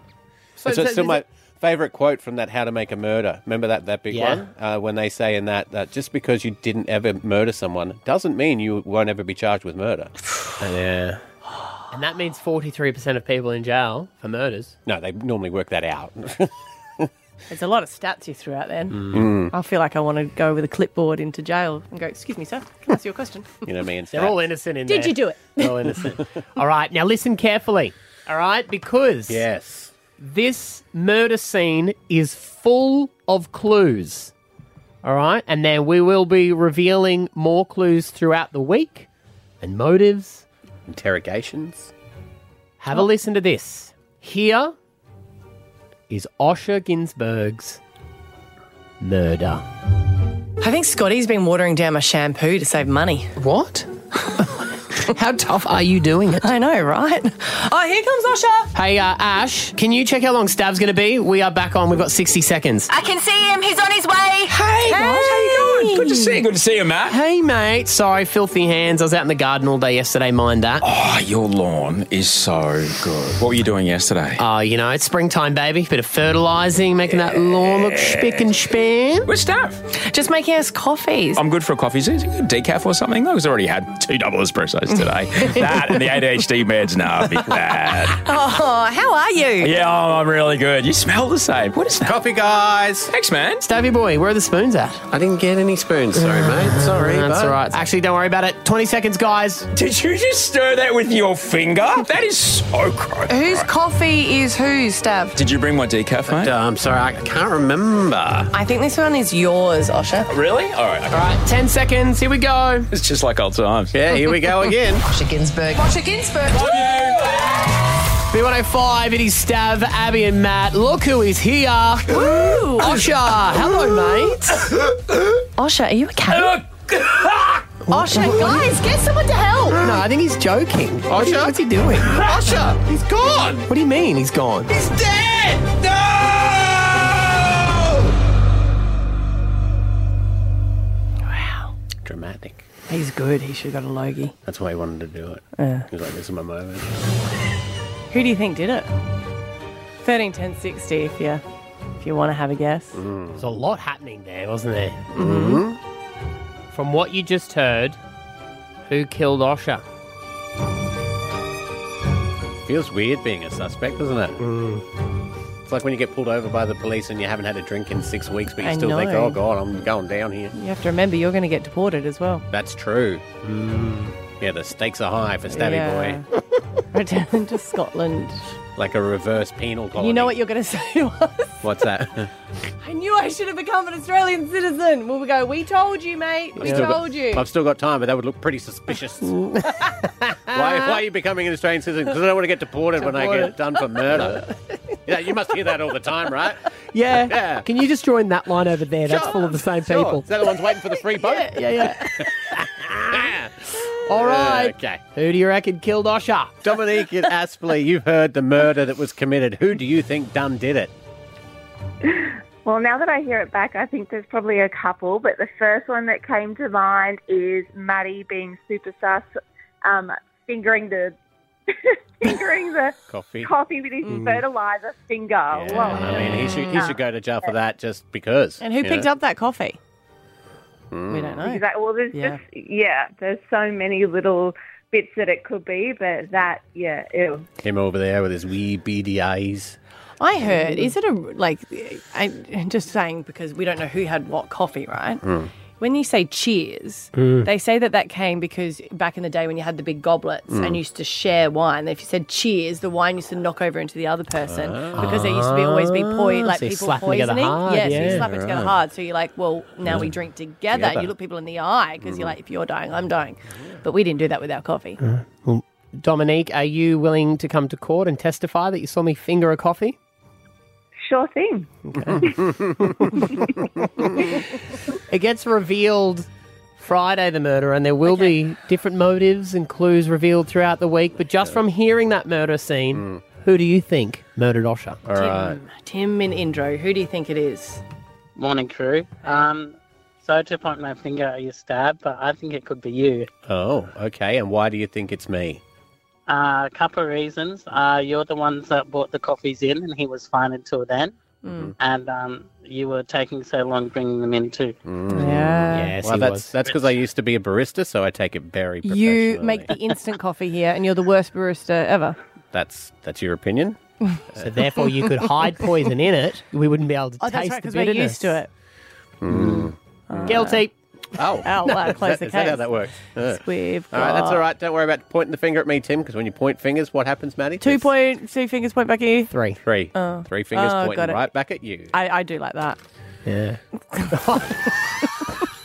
Speaker 3: So,
Speaker 2: so
Speaker 3: it's still
Speaker 2: is
Speaker 3: my
Speaker 2: it-
Speaker 3: favorite quote from that How to Make a Murder. Remember that that big
Speaker 1: Yeah.
Speaker 3: one uh, when they say in that that just because you didn't ever murder someone doesn't mean you won't ever be charged with murder. yeah.
Speaker 1: And that means 43% of people in jail for murders.
Speaker 3: No, they normally work that out.
Speaker 2: There's a lot of stats you threw out then.
Speaker 3: Mm.
Speaker 2: I feel like I want to go with a clipboard into jail and go, excuse me, sir, can I ask you a question?
Speaker 3: you know me and
Speaker 1: They're all innocent in
Speaker 2: Did
Speaker 1: there.
Speaker 2: you do it?
Speaker 1: They're all innocent. all right, now listen carefully. All right, because
Speaker 3: yes,
Speaker 1: this murder scene is full of clues. All right, and then we will be revealing more clues throughout the week and motives.
Speaker 3: Interrogations.
Speaker 1: Have a listen to this. Here is Osher Ginsburg's murder.
Speaker 2: I think Scotty's been watering down my shampoo to save money.
Speaker 1: What? How tough are you doing it?
Speaker 2: I know, right? Oh, here comes Osha.
Speaker 1: Hey, uh, Ash, can you check how long Stab's going to be? We are back on. We've got 60 seconds.
Speaker 4: I can see him. He's on his way.
Speaker 1: Hey, guys, how you doing? Good to see you. Good to see you, Matt. Hey, mate. Sorry, filthy hands. I was out in the garden all day yesterday. Mind that.
Speaker 13: Oh, your lawn is so good. What were you doing yesterday?
Speaker 1: Oh, you know, it's springtime, baby. Bit of fertilising, making that lawn look spick and span.
Speaker 13: Where's Steph?
Speaker 2: Just making us coffees.
Speaker 3: Um,
Speaker 13: I'm good for a coffee. Is it a decaf or something? though? 'Cause I already had two double espressos today. that and the ADHD meds. No, I'll be glad.
Speaker 2: Oh, how are you?
Speaker 13: Yeah, oh, I'm really good. You smell the same. What is that?
Speaker 3: Coffee, guys.
Speaker 13: Thanks, man.
Speaker 1: Stavey boy, where are the spoons at?
Speaker 3: I didn't get any spoons. Sorry,
Speaker 13: Mm,
Speaker 3: mate. Sorry.
Speaker 1: That's
Speaker 3: bud.
Speaker 1: all right. Actually, don't worry about it. 20 seconds, guys.
Speaker 13: Did you just stir that with your finger? That is so gross.
Speaker 2: Whose coffee is whose, Stav?
Speaker 13: Did you bring my decaf, mate?
Speaker 3: I'm sorry, I can't remember.
Speaker 2: I think this one is yours, Osha.
Speaker 13: Really? All right.
Speaker 1: All right, 10 seconds. Here we go.
Speaker 13: It's just like old times.
Speaker 3: Yeah, here we go again.
Speaker 13: Osher Ginsburg.
Speaker 2: Osha Ginsburg.
Speaker 1: B105, it is Stav, Abby, and Matt. Look who is here. Woo! Osha, hello, mate.
Speaker 2: Osha, are you okay?
Speaker 1: Osha, guys, get someone to help. No, I think he's joking. Osha? What's he doing? Osha, he's gone. What do you mean he's gone?
Speaker 11: He's dead!
Speaker 3: Dramatic.
Speaker 2: He's good. He should have got a Logie.
Speaker 3: That's why he wanted to do it.
Speaker 2: Yeah.
Speaker 3: He was like, "This is my moment."
Speaker 2: Who do you think did it? 13, 10, 60, if you, if you want to have a guess.
Speaker 1: There's a lot happening there, wasn't there? Mm-hmm. From what you just heard, who killed Osha?
Speaker 3: Feels weird being a suspect, doesn't it?
Speaker 2: Mm.
Speaker 3: It's like when you get pulled over by the police and you haven't had a drink in six weeks, but you
Speaker 2: I
Speaker 3: still think,
Speaker 2: know.
Speaker 3: "Oh God, I'm going down here."
Speaker 2: You have to remember you're going to get deported as well.
Speaker 3: That's true.
Speaker 1: Mm.
Speaker 3: Yeah, the stakes are high for Stabby
Speaker 2: Yeah. Return to Scotland.
Speaker 3: like a reverse penal colony.
Speaker 2: You know what you're going to say to us?
Speaker 3: What's that?
Speaker 2: I knew I should have become an Australian citizen. Will we go, we told you, mate. We
Speaker 3: I've still got-
Speaker 2: told you.
Speaker 3: I've still got time, but that would look pretty suspicious. why, why are you becoming an Australian citizen? Because I don't want to get deported, when I
Speaker 1: Deported.
Speaker 3: get done for murder. yeah, you must hear that all the time, right?
Speaker 1: Yeah.
Speaker 3: Yeah.
Speaker 1: Can you just join that line over there? That's
Speaker 3: Sure.
Speaker 1: full of the same
Speaker 3: Sure.
Speaker 1: people.
Speaker 3: Is that the one's waiting for the free boat? Ah.
Speaker 1: yeah, yeah. All right.
Speaker 3: Okay.
Speaker 1: Who do you reckon killed Osha?
Speaker 3: Dominique in Aspley, you've heard the murder that was committed. Who do you think done did it?
Speaker 15: Well, now that I hear it back, I think there's probably a couple, but the first one that came to mind is Maddie being super sus, um, fingering the fingering the
Speaker 3: Coffee.
Speaker 15: coffee with his
Speaker 3: Mm.
Speaker 15: fertilizer finger. Whoa.
Speaker 3: I mean, he should he should go to jail for that just because.
Speaker 15: And who
Speaker 3: you
Speaker 15: picked
Speaker 3: know?
Speaker 15: up
Speaker 2: that coffee?
Speaker 3: Mm.
Speaker 15: Exactly. Well, there's
Speaker 3: Yeah.
Speaker 15: just yeah, there's so many little bits that it could be, but that yeah, ew.
Speaker 3: Him over there with his wee beady eyes.
Speaker 2: I heard, is it a, like, I, I'm just saying because we don't know who had what coffee, right?
Speaker 1: Hmm.
Speaker 3: Mm.
Speaker 2: When you say cheers,
Speaker 3: Mm.
Speaker 2: they say that that came because back in the day when you had the big goblets
Speaker 3: Mm.
Speaker 1: Hmm.
Speaker 2: and used to share wine, if you said cheers, the wine used to knock over into the other person because there used to be always be poi-
Speaker 1: Ah,
Speaker 2: like
Speaker 1: so you
Speaker 2: people
Speaker 1: slap 'em together
Speaker 2: poisoning.
Speaker 1: hard,
Speaker 2: yes,
Speaker 1: yeah,
Speaker 2: you slap it together
Speaker 1: right.
Speaker 2: hard. So you're like, well, now we
Speaker 1: Mm.
Speaker 2: drink together, and
Speaker 1: Together. Hmm.
Speaker 2: you look people in the eye because you're like, if you're dying, I'm dying. But we didn't do that with our coffee.
Speaker 1: Dominique, are you willing to come to court and testify that you saw me finger a coffee?
Speaker 15: Sure thing.
Speaker 1: It gets revealed Friday, the murder, and there will be different motives and clues revealed throughout the week. But just from hearing that murder scene, who do you think murdered Osha? Uh, All right.
Speaker 2: Tim and Indro, who do you think it is?
Speaker 10: Morning, crew. Um, so to point my finger at your stab, but I think it could be you.
Speaker 3: Oh, okay. And why do you think it's me?
Speaker 10: Uh, a couple of reasons. Uh, you're the ones that brought the coffees in, and he was fine until then.
Speaker 2: Mm.
Speaker 10: And um, you were taking so long bringing them in too.
Speaker 2: Yeah.
Speaker 1: Yes,
Speaker 3: Mm. well,
Speaker 1: he
Speaker 3: that's
Speaker 1: was.
Speaker 3: that's because I used to be a barista, so I take it very. Prof-
Speaker 2: You make the instant coffee here, and you're the worst barista ever.
Speaker 3: that's that's your opinion.
Speaker 1: so therefore, you could hide poison in it. We wouldn't be able to
Speaker 2: Oh, that's
Speaker 1: taste
Speaker 2: right,
Speaker 1: the
Speaker 2: because we're
Speaker 1: bitterness.
Speaker 2: used to it.
Speaker 1: Guilty.
Speaker 3: Oh,
Speaker 2: Oh, well,
Speaker 3: Is
Speaker 2: close
Speaker 3: that-
Speaker 2: the
Speaker 3: is that how
Speaker 2: case.
Speaker 3: that works? Uh.
Speaker 2: We've
Speaker 3: All right, that's
Speaker 2: got-
Speaker 3: all right. Don't worry about pointing the finger at me, Tim, because when you point fingers, what happens, Maddie?
Speaker 2: Two point, two fingers point back at you.
Speaker 1: Three.
Speaker 3: Three.
Speaker 2: Oh.
Speaker 3: Three
Speaker 2: Oh,
Speaker 3: fingers
Speaker 2: got
Speaker 3: pointing
Speaker 2: it.
Speaker 3: right back at you.
Speaker 2: I, I do like that.
Speaker 1: Yeah.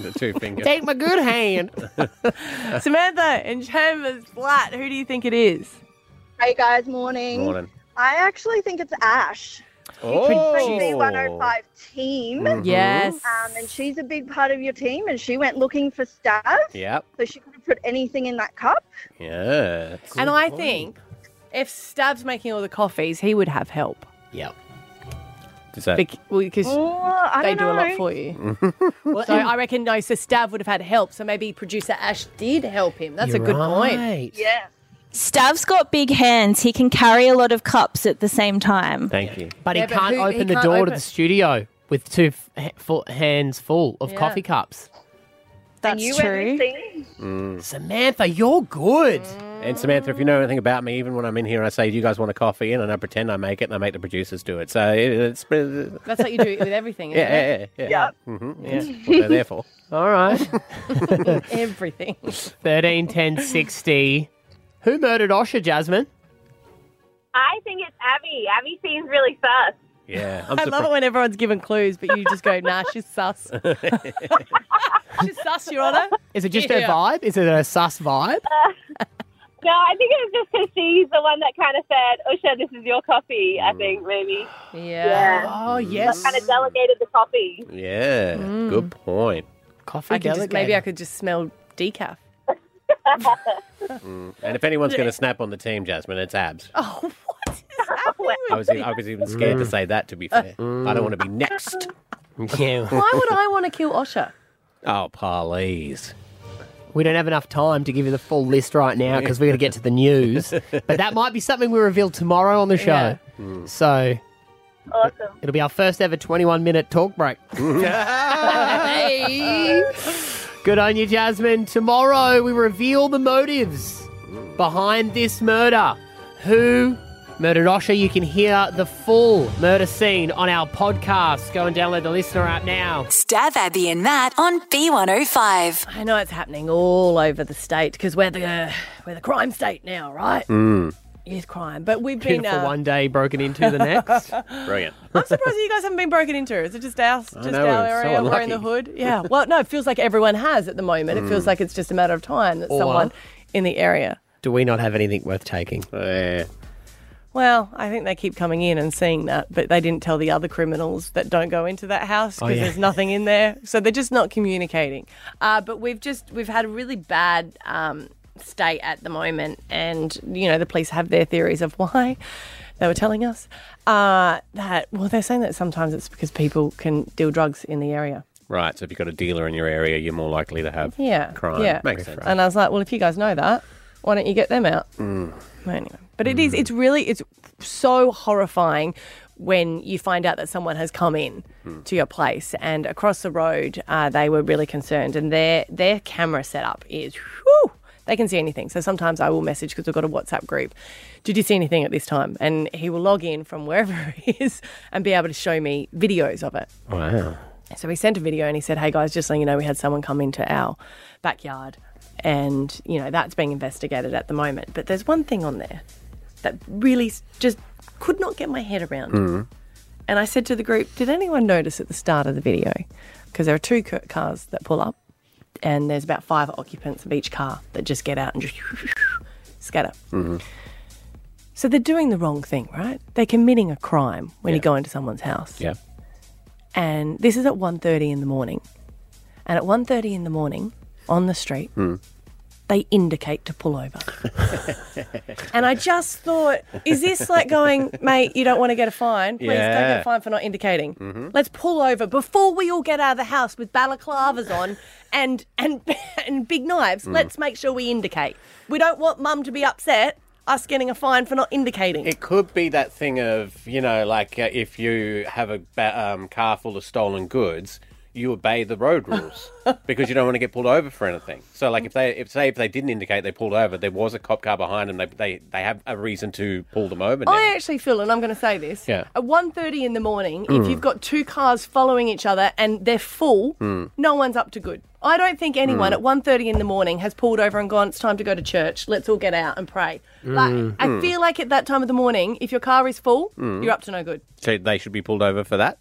Speaker 3: the two fingers.
Speaker 2: Take my good hand. Samantha in Chambers Flat, who do you think it is?
Speaker 16: Hey guys, morning.
Speaker 3: Morning.
Speaker 16: I actually think it's Ash.
Speaker 3: Oh.
Speaker 16: From the 105 team.
Speaker 3: Mhm. Yes.
Speaker 16: Um, and she's a big part of your team, and she went looking for stars.
Speaker 3: Yep.
Speaker 16: So she could have put anything in that cup.
Speaker 3: Yeah.
Speaker 2: and I think if Stab's making all the coffees, he would have help.
Speaker 1: Yep.
Speaker 3: Is that?
Speaker 2: Bec- well, because
Speaker 16: I
Speaker 2: they
Speaker 16: don't
Speaker 2: do a lot
Speaker 16: know.
Speaker 2: for you. so I reckon no, so Stav would have had help. So maybe producer Ash did help him. That's a
Speaker 5: You're
Speaker 2: good
Speaker 5: right.
Speaker 2: point. Yeah.
Speaker 5: Stav's got big hands. He can carry a lot of cups at the same time.
Speaker 3: Thank you.
Speaker 1: But
Speaker 5: Yeah,
Speaker 1: he
Speaker 5: but
Speaker 1: can't
Speaker 5: who- he
Speaker 1: open the
Speaker 5: can't
Speaker 1: door to
Speaker 5: open-
Speaker 1: the studio with two f- ha- full, hands full of
Speaker 5: Yeah.
Speaker 1: coffee cups.
Speaker 5: That's
Speaker 16: you
Speaker 5: true.
Speaker 1: Samantha, you're good.
Speaker 3: And Samantha, if you know anything about me, even when I'm in here and I say, "Do you guys want a coffee?" and I pretend I make it, and I make the producers do it. So Uh, it, it's
Speaker 2: That's what you do with everything.
Speaker 3: yeah,
Speaker 2: Isn't
Speaker 3: yeah, yeah,
Speaker 2: it?
Speaker 3: yeah. Mm-hmm. That's what they're there for.
Speaker 1: All right.
Speaker 2: everything.
Speaker 1: 13, 10, 60. Who murdered Osha, Jasmine?
Speaker 17: I think it's Abby. Abby seems really sus.
Speaker 3: Yeah.
Speaker 2: i love it when everyone's given clues, but you just go, nah, she's sus. she's sus, Your Honour.
Speaker 1: Is it just
Speaker 17: Yeah.
Speaker 1: her vibe? Is it a sus vibe?
Speaker 17: No, I think it was just because she's the one that kind of said, Usha, this is your coffee, I think, maybe.
Speaker 2: Yeah.
Speaker 1: Oh, yes.
Speaker 17: Kind of delegated the coffee.
Speaker 3: Yeah.
Speaker 2: Mm.
Speaker 3: Good point.
Speaker 1: Coffee
Speaker 2: I could just, maybe I could just smell decaf.
Speaker 3: Mm. And if anyone's going to snap on the team, Jasmine, it's abs.
Speaker 2: Oh,
Speaker 3: I was, Mm. e- I was even scared to say that. To be fair, I don't want to be next.
Speaker 1: Yeah.
Speaker 2: why would I want to kill Osha?
Speaker 3: Oh, please.
Speaker 1: We don't have enough time to give you the full list right now because we're going to get to the news. but that might be something we reveal tomorrow on the show. So
Speaker 17: Awesome.
Speaker 1: it'll be our first ever 21 minute talk break. Good on you, Jasmine. Tomorrow we reveal the motives behind this murder. Who murdered Osha? You can hear the full murder scene on our podcast. Go and download the listener app now.
Speaker 4: Stab Abby and Matt on B105.
Speaker 2: I know it's happening all over the state because we're the uh, we're the crime state now, right?
Speaker 3: Mm.
Speaker 2: youth crime, but we've been.
Speaker 1: Hmm. Beautiful
Speaker 2: Uh,
Speaker 1: one day broken into the next. Brilliant.
Speaker 2: I'm surprised that you guys haven't been broken into. Is it just our, just
Speaker 1: I know,
Speaker 2: our
Speaker 1: we're so
Speaker 2: area? We're in the
Speaker 1: unlucky.
Speaker 2: hood. Yeah. Well, no, it feels like everyone has at the moment. It feels
Speaker 1: Mm.
Speaker 2: like it's just a matter of time that
Speaker 1: Or-
Speaker 2: someone in the area.
Speaker 1: Do we not have anything worth taking? Yeah.
Speaker 2: Well, I think they keep coming in and seeing that, but they didn't tell the other criminals that don't go into that house
Speaker 1: Oh,
Speaker 2: because
Speaker 1: yeah.
Speaker 2: there's nothing in there. So they're just not communicating. Uh, but we've just we've had a really bad um, state at the moment, and you know the police have their theories of why they were telling us uh, that. Well, they're saying that sometimes it's because people can deal drugs in the area.
Speaker 3: Right. So if you've got a dealer in your area, you're more likely to have
Speaker 2: Yeah,
Speaker 3: crime.
Speaker 2: Yeah,
Speaker 3: Makes sense.
Speaker 2: And I was like, well, if you guys know that, why don't you get them out?
Speaker 3: Mm.
Speaker 2: Well, anyway, but it is. It's really. It's so horrifying when you find out that someone has come in
Speaker 3: Mm.
Speaker 18: Hmm.
Speaker 2: to your place and across the road uh, they were really concerned and their their camera setup is whew, they can see anything so sometimes i will message because we've got a whatsapp group did you see anything at this time and he will log in from wherever he is and be able to show me videos of it
Speaker 1: Wow.
Speaker 2: so he sent a video and he said, "Hey guys, just so you know, we had someone come into our backyard, and you know that's being investigated at the moment. But there's one thing on there that really s- just could not get my head around." And I said to the group, "Did anyone notice at the start of the video? Because there are two ca- cars that pull up, and there's about five occupants of each car that just get out and just scatter." So they're doing the wrong thing, right? They're committing a crime when you go into someone's house.
Speaker 1: Yeah.
Speaker 2: And this is at 1:30 in the morning. And at 1:30 in the morning on the street, they indicate to pull over. and I just thought, is this like going, mate, you don't want to get a fine? Please don't get
Speaker 18: Yeah.
Speaker 2: a fine for not indicating.
Speaker 3: Mm-hmm.
Speaker 18: Mhm.
Speaker 2: Let's pull over before we all get out of the house with balaclavas on and and and big knives.
Speaker 1: Mm.
Speaker 2: Let's make sure we indicate. We don't want mum to be upset us getting a fine for not indicating.
Speaker 3: It could be that thing of, you know, like uh, if you have a ba- um, car full of stolen goods, you obey the road rules because you don't want to get pulled over for anything. So, like if they, if say, if they didn't indicate they pulled over, there was a cop car behind them, they they, they have a reason to pull them over now.
Speaker 2: I actually feel, and I'm going to say this,
Speaker 3: Yeah.
Speaker 2: at 1.30 in the morning, if
Speaker 3: Mm.
Speaker 2: you've got two cars following each other and they're full,
Speaker 3: Mm.
Speaker 2: no one's up to good. I don't think anyone
Speaker 18: Mm.
Speaker 2: at 1.30 in the morning has pulled over and gone, it's time to go to church, let's all get out and pray. Like,
Speaker 3: Mm.
Speaker 2: I
Speaker 3: Mm.
Speaker 2: feel like at that time of the morning, if your car is full,
Speaker 3: Mm.
Speaker 2: you're up to no good.
Speaker 3: So they should be pulled over for that.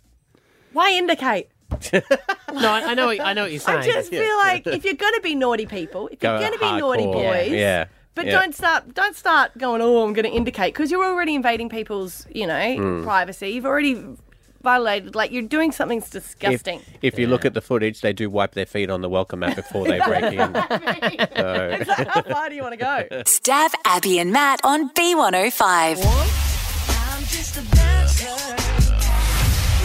Speaker 2: Why indicate?
Speaker 1: no, I, I know. I know what you're saying.
Speaker 2: I just feel like if you're going to be naughty people, if
Speaker 1: Go
Speaker 2: you're going to be naughty
Speaker 1: hardcore.
Speaker 2: boys,
Speaker 1: Yeah.
Speaker 2: But
Speaker 1: Yeah.
Speaker 2: don't start don't start going. Oh, I'm going to indicate because you're already invading people's you know
Speaker 1: Hmm.
Speaker 3: Mm.
Speaker 2: privacy. You've already violated. Like you're doing something disgusting.
Speaker 3: If you look at the footage, they do wipe their feet on the welcome mat before they break in. So-
Speaker 2: How far do you want to go?
Speaker 4: Stab Abby and Matt on B105.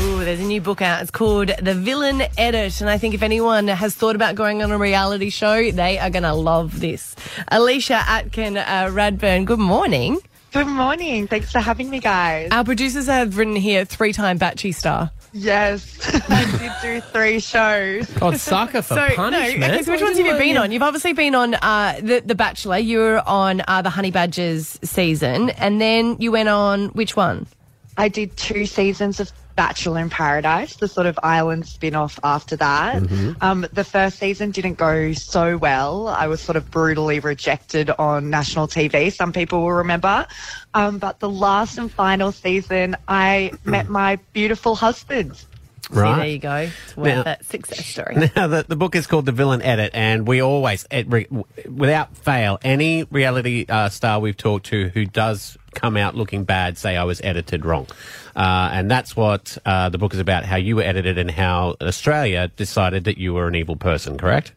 Speaker 2: Ooh, there's a new book out. It's called The Villain Edit. And I think if anyone has thought about going on a reality show, they are going to love this. Alicia Atkin uh, Radburn, good morning.
Speaker 19: Good morning. Thanks for having me, guys.
Speaker 2: Our producers have written here three time Batchy star.
Speaker 19: Yes, I did do three shows.
Speaker 1: God, sucker for punishment.
Speaker 2: Okay, so which ones have you been on? You've obviously been on uh, the The Bachelor. You were on uh, the Honey Badgers season, and then you went on which one?
Speaker 19: I did two seasons of Bachelor in Paradise, the sort of island spin off after that.
Speaker 18: Mhm.
Speaker 19: Um, the first season didn't go so well. I was sort of brutally rejected on national TV, some people will remember. Um, but the last and final season, I met my beautiful husband.
Speaker 2: See, there
Speaker 20: Right.
Speaker 2: you go. It's worth
Speaker 20: Now-
Speaker 2: that success story.
Speaker 20: Now, the, the book is called The Villain Edit, and we always, it, re, w- without fail, any reality uh, star we've talked to who does come out looking bad say, I was edited wrong. Uh, and that's what uh, the book is about how you were edited and how Australia decided that you were an evil person, correct?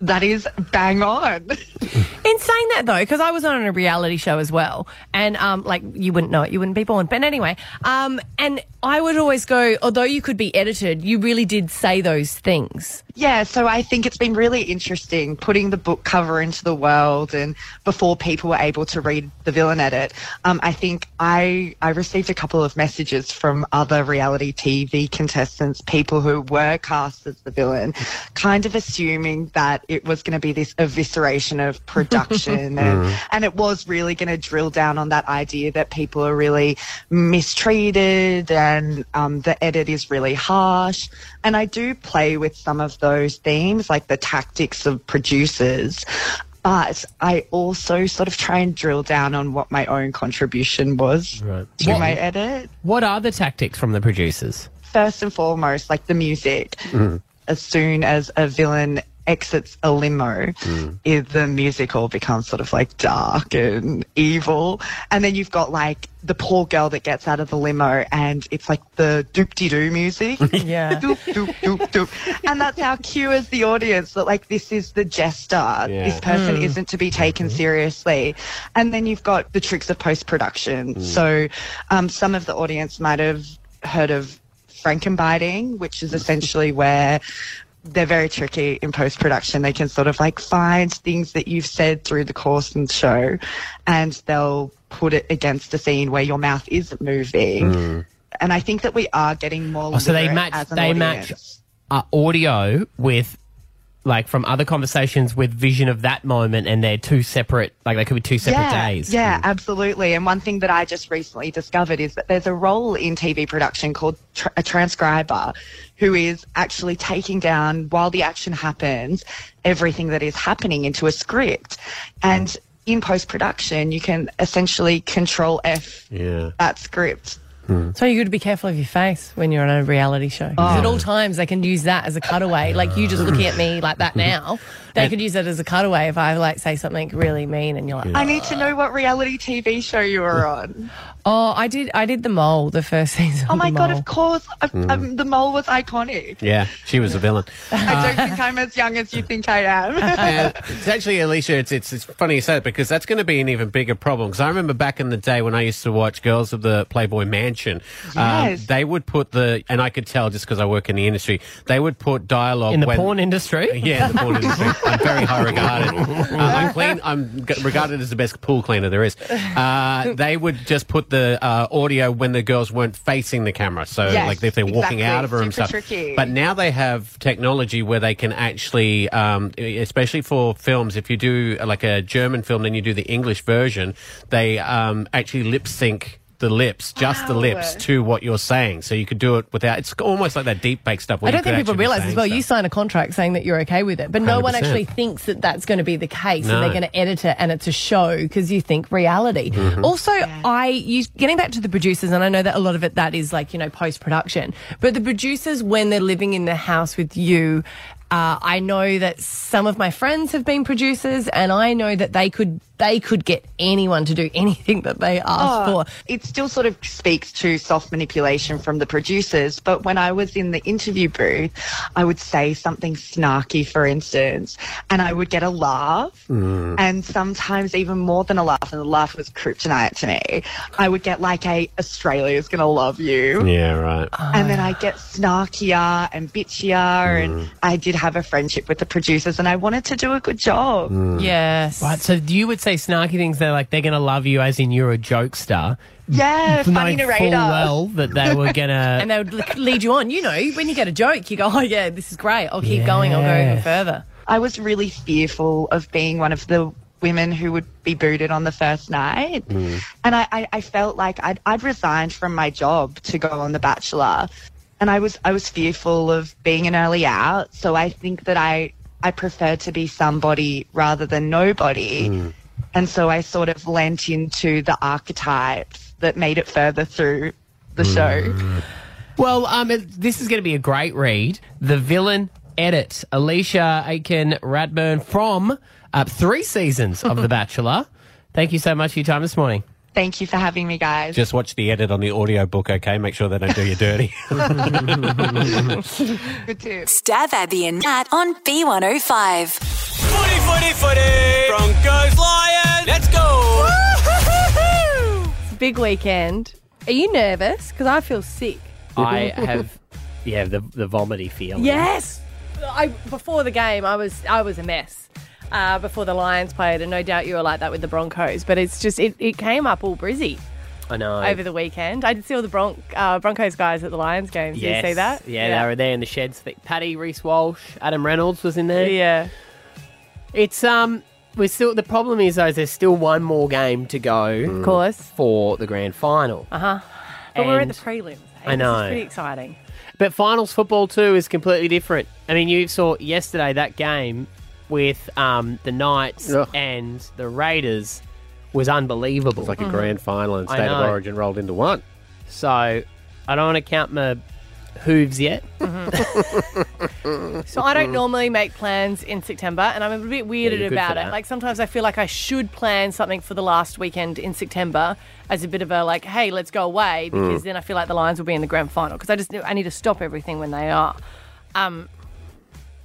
Speaker 19: That is bang on.
Speaker 2: In saying that though, because I was on a reality show as well, and um, like you wouldn't know it, you wouldn't be born. But anyway, um, and I would always go, although you could be edited, you really did say those things.
Speaker 19: Yeah, so I think it's been really interesting putting the book cover into the world and before people were able to read the villain edit. Um, I think I I received a couple of messages from other reality TV contestants, people who were cast as the villain, kind of assuming that it was going to be this evisceration of production and
Speaker 18: Mm.
Speaker 19: and it was really going to drill down on that idea that people are really mistreated and um, the edit is really harsh. And I do play with some of those themes, like the tactics of producers. But I also sort of try and drill down on what my own contribution was to
Speaker 1: What-
Speaker 19: my edit.
Speaker 1: What are the tactics from the producers?
Speaker 19: First and foremost, like the music. As soon as a villain exits a limo, i- the music all becomes sort of like dark and evil. And then you've got like the poor girl that gets out of the limo and it's like the doop de doo music.
Speaker 2: Yeah.
Speaker 19: doop, doop, doop, doop. And that's our cue as the audience that like this is the jester. This person
Speaker 18: Mm.
Speaker 19: isn't to be taken seriously. And then you've got the tricks of post production. So um, some of the audience might have heard of frankenbiting, which is essentially where they're very tricky in post production. They can sort of like find things that you've said through the course and show, and they'll put it against a scene where your mouth isn't moving. And I think that we are getting more.
Speaker 1: Oh, so they
Speaker 19: literate
Speaker 1: match.
Speaker 19: as an
Speaker 1: They
Speaker 19: audience.
Speaker 1: match uh, audio with like from other conversations with vision of that moment, and they're two separate. Like they could be two separate
Speaker 19: yeah,
Speaker 1: days. Hmm.
Speaker 19: Yeah, absolutely. And one thing that I just recently discovered is that there's a role in TV production called tr- a transcriber who is actually taking down, while the action happens, everything that is happening into a script. And in post production, you can essentially control F
Speaker 20: Yeah.
Speaker 19: that script.
Speaker 2: So you got to be careful of your face when you're on a reality show.
Speaker 19: Oh.
Speaker 2: 'Cause At all times, they can use that as a cutaway. Like you just looking at me like that now, they
Speaker 19: And-
Speaker 2: could use that as a cutaway if I like say something really mean and you're like,
Speaker 19: I need to know what reality TV show you were on.
Speaker 2: oh, I did, I did the mole the first season.
Speaker 19: Oh my
Speaker 2: The
Speaker 19: God,
Speaker 2: Mole.
Speaker 19: of course. I,
Speaker 20: Mm.
Speaker 19: um, the mole was iconic.
Speaker 20: Yeah, she was a villain.
Speaker 19: I don't think I'm as young as you think I am.
Speaker 20: And Uh, it's actually, Alicia, it's, it's it's funny you say it because that's going to be an even bigger problem. Because I remember back in the day when I used to watch Girls of the Playboy Mansion, um,
Speaker 2: Yes.
Speaker 20: they would put the, and I could tell just because I work in the industry, they would put dialogue
Speaker 1: In the
Speaker 20: when-
Speaker 1: porn industry?
Speaker 20: Yeah, in the porn industry. I'm very high regarded. Uh, I'm clean. I'm g- regarded as the best pool cleaner there is. Uh, they would just put the uh, audio when the girls weren't facing the camera, so
Speaker 1: Yes,
Speaker 20: like if they're walking
Speaker 1: exactly.
Speaker 20: out of her and
Speaker 1: Super
Speaker 20: stuff.
Speaker 1: tricky.
Speaker 20: But now they have technology where they can actually, um, especially for films, if you do uh, like a German film, then you do the English version, they um, actually lip sync the lips, just the lips to what you're saying. So you could do it without, it's almost like that deep fake stuff. Where
Speaker 2: I
Speaker 20: you
Speaker 2: don't think
Speaker 20: could actually
Speaker 2: people
Speaker 20: be
Speaker 2: realize as
Speaker 20: saying
Speaker 2: well.
Speaker 20: stuff.
Speaker 2: You sign a contract saying that you're okay with it, but no one
Speaker 20: 100%.
Speaker 2: actually thinks that that's going to be the case,
Speaker 20: No.
Speaker 2: and they're going to edit it, and it's a show because you think reality.
Speaker 18: Mhm.
Speaker 2: Also, I you getting back to the producers, and I know that a lot of it that is like you know post production, but the producers when they're living in the house with you. Uh, I know that some of my friends have been producers, and I know that they could they could get anyone to do anything that they asked
Speaker 19: Oh,
Speaker 2: for.
Speaker 19: It still sort of speaks to soft manipulation from the producers. But when I was in the interview booth, I would say something snarky, for instance, and I would get a laugh, and sometimes even more than a laugh. And the laugh was kryptonite to me. I would get like a Australia's gonna love you.
Speaker 20: Yeah, right.
Speaker 19: And then I get snarkier and bitchier, and I did have a friendship with the producers, and I wanted to do a good job.
Speaker 2: Mm. Yes.
Speaker 1: Right. So you would say snarky things. They're like they're going to love you, as in you're a jokester.
Speaker 19: Yeah,
Speaker 1: knowing
Speaker 19: funny narrator.
Speaker 1: full well that they were going to.
Speaker 2: and they would l- lead you on. You know, when you get a joke, you go, "Oh yeah, this is great. I'll keep going. I'll go even
Speaker 1: Yes.
Speaker 2: further."
Speaker 19: I was really fearful of being one of the women who would be booted on the first night. And I, I, I felt like I'd, I'd resigned from my job to go on The Bachelor. And I was, I was fearful of being an early out. So I think that I, I preferred to be somebody rather than nobody. And so I sort of lent into the archetypes that made it further through the show.
Speaker 1: Well, um, it- this is going to be a great read. The villain edit, Alicia Aiken Radburn from uh, three seasons of The Bachelor. Thank you so much for your time this morning.
Speaker 19: Thank you for having me, guys.
Speaker 20: Just watch the edit on the audiobook, okay? Make sure they don't do you dirty.
Speaker 19: Good tip.
Speaker 4: Stab Abby and Matt on B105.
Speaker 11: Footy, footy, footy. Broncos, Lions. Let's go.
Speaker 2: It's a big weekend. Are you nervous? Because I feel sick.
Speaker 1: I have, yeah, the the vomity feeling.
Speaker 2: Yes. I before the game, I was I was a mess. Uh, before the Lions played, and no doubt you were like that with the Broncos, but it's just it, it came up all brizzy
Speaker 1: I know.
Speaker 2: over the weekend. I did see all the Bronc, uh, Broncos guys at the Lions games. Did
Speaker 1: Yes.
Speaker 2: you see that?
Speaker 1: Yeah, they were there in the sheds. Th- Paddy Reese Walsh, Adam Reynolds was in there.
Speaker 2: Yeah.
Speaker 1: It's um we're still the problem is though is there's still one more game to go.
Speaker 20: Mm.
Speaker 1: Of
Speaker 2: course.
Speaker 1: For the grand final.
Speaker 2: Uh huh. But we're at
Speaker 1: And-
Speaker 2: the prelims.
Speaker 1: I
Speaker 2: eh? This
Speaker 1: know.
Speaker 2: is pretty exciting.
Speaker 1: But finals football too is completely different. I mean, you saw yesterday that game with um, the Knights and the Raiders was unbelievable. It's
Speaker 3: like a
Speaker 2: Mm-hmm.
Speaker 3: grand final and state of origin rolled into one.
Speaker 1: So I don't want to count my hooves yet.
Speaker 2: So I don't normally make plans in September, and I'm a bit
Speaker 1: Mm-hmm. Yeah,
Speaker 2: weirded
Speaker 1: you're good for
Speaker 2: about it.
Speaker 1: that.
Speaker 2: Like sometimes I feel like I should plan something for the last weekend in September as a bit of a like, hey, let's go away, because
Speaker 1: Mm.
Speaker 2: then I feel like the Lions will be in the grand final because I just I need to stop everything when they are. Um,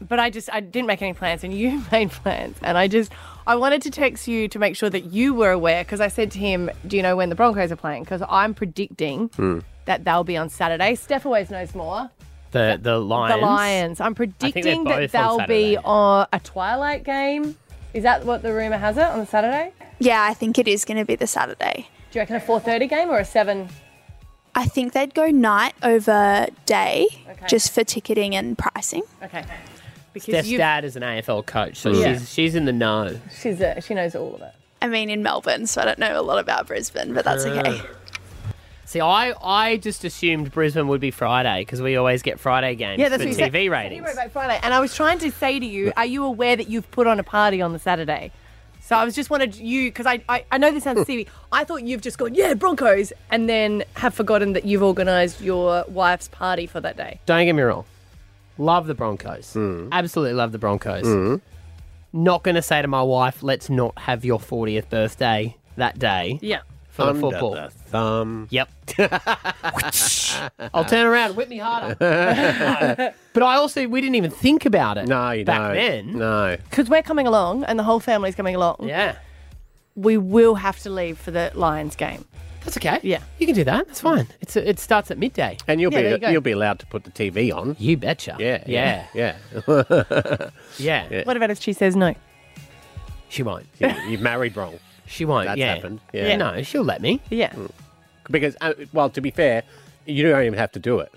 Speaker 2: but I just I didn't make any plans, and you made plans, and I just I wanted to text you to make sure that you were aware because I said to him, do you know when the Broncos are playing? Because I'm predicting
Speaker 1: Hmm.
Speaker 2: that they'll be on Saturday. Steph always knows more.
Speaker 1: The the Lions.
Speaker 2: The Lions. I'm predicting that
Speaker 1: both on
Speaker 2: they'll be on a twilight game. Is that what the rumor has it on Saturday?
Speaker 18: Yeah, I think it is going to be the Saturday.
Speaker 2: Do you reckon a 4:30 game or a seven?
Speaker 18: I think they'd go night over day,
Speaker 2: Okay.
Speaker 18: just for ticketing and pricing.
Speaker 2: Okay. Because
Speaker 1: Steph's
Speaker 2: you,
Speaker 1: dad is an AFL coach, so
Speaker 18: Mm. Yeah.
Speaker 1: she's she's in the know.
Speaker 2: she's a, she knows all of it.
Speaker 18: I mean, in Melbourne, so I don't know a lot about Brisbane, but that's okay.
Speaker 1: See, I, I just assumed Brisbane would be Friday because we always get Friday games
Speaker 2: Yeah, that's
Speaker 1: for
Speaker 2: what you
Speaker 1: TV
Speaker 2: said.
Speaker 1: ratings.
Speaker 2: Anyway, by Friday, and I was trying to say to you, are you aware that you've put on a party on the Saturday? So I was just wanted you because I, I I know this sounds silly. I thought you've just gone yeah Broncos and then have forgotten that you've organised your wife's party for that day.
Speaker 1: Don't get me wrong. Love the Broncos. Absolutely love the Broncos.
Speaker 3: Mm.
Speaker 1: Not going to say to my wife, let's not have your 40th birthday that day.
Speaker 2: Yeah.
Speaker 1: For the
Speaker 3: Under
Speaker 1: football.
Speaker 3: the thumb.
Speaker 1: Yep. I'll turn around, whip me harder. No. But I also, we didn't even think about it.
Speaker 3: No, you
Speaker 1: back
Speaker 3: don't.
Speaker 1: then.
Speaker 3: No.
Speaker 2: because we're coming along and the whole family's coming along.
Speaker 1: Yeah.
Speaker 2: We will have to leave for the Lions game.
Speaker 1: That's okay.
Speaker 2: Yeah.
Speaker 1: You can do that. That's fine. It's it starts at midday.
Speaker 3: And you'll
Speaker 2: Yeah, there you
Speaker 3: be
Speaker 2: go.
Speaker 3: you will be allowed to put the TV on.
Speaker 1: You betcha.
Speaker 3: Yeah.
Speaker 1: Yeah.
Speaker 3: Yeah. Yeah.
Speaker 1: yeah.
Speaker 2: What about if she says no?
Speaker 1: She won't.
Speaker 3: You, have married wrong.
Speaker 1: She won't.
Speaker 3: That's
Speaker 1: yeah.
Speaker 3: happened.
Speaker 1: Yeah.
Speaker 3: Yeah.
Speaker 1: No, she'll let me.
Speaker 2: Yeah.
Speaker 3: Because, uh, well, to be fair, you don't even have to do it.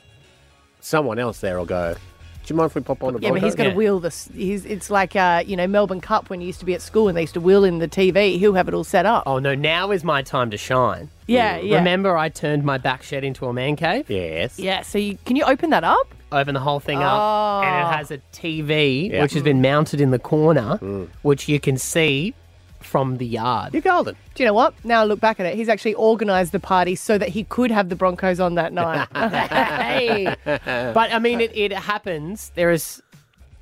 Speaker 3: Someone else there will go. Do you mind if we pop on? the
Speaker 2: Yeah, but he's going to wheel this. He's, it's like uh, you know Melbourne Cup when you used to be at school and they used to wheel in the TV. He'll have it all set up.
Speaker 1: Oh no, now is my time to shine. Mm.
Speaker 2: Yeah, yeah.
Speaker 1: Remember I turned my back shed into a man cave? Yes.
Speaker 2: Yeah. So you can you open that up?
Speaker 1: Open the whole thing up. And
Speaker 2: Oh.
Speaker 1: it has a TV
Speaker 2: Yeah.
Speaker 1: which has been mounted in the corner,
Speaker 3: Mm.
Speaker 1: which you can see from the yard. You're golden.
Speaker 2: Do you know what? Now I look back at it. He's actually organised the party so that he could have the Broncos on that night.
Speaker 1: hey. But I mean it, it happens. There is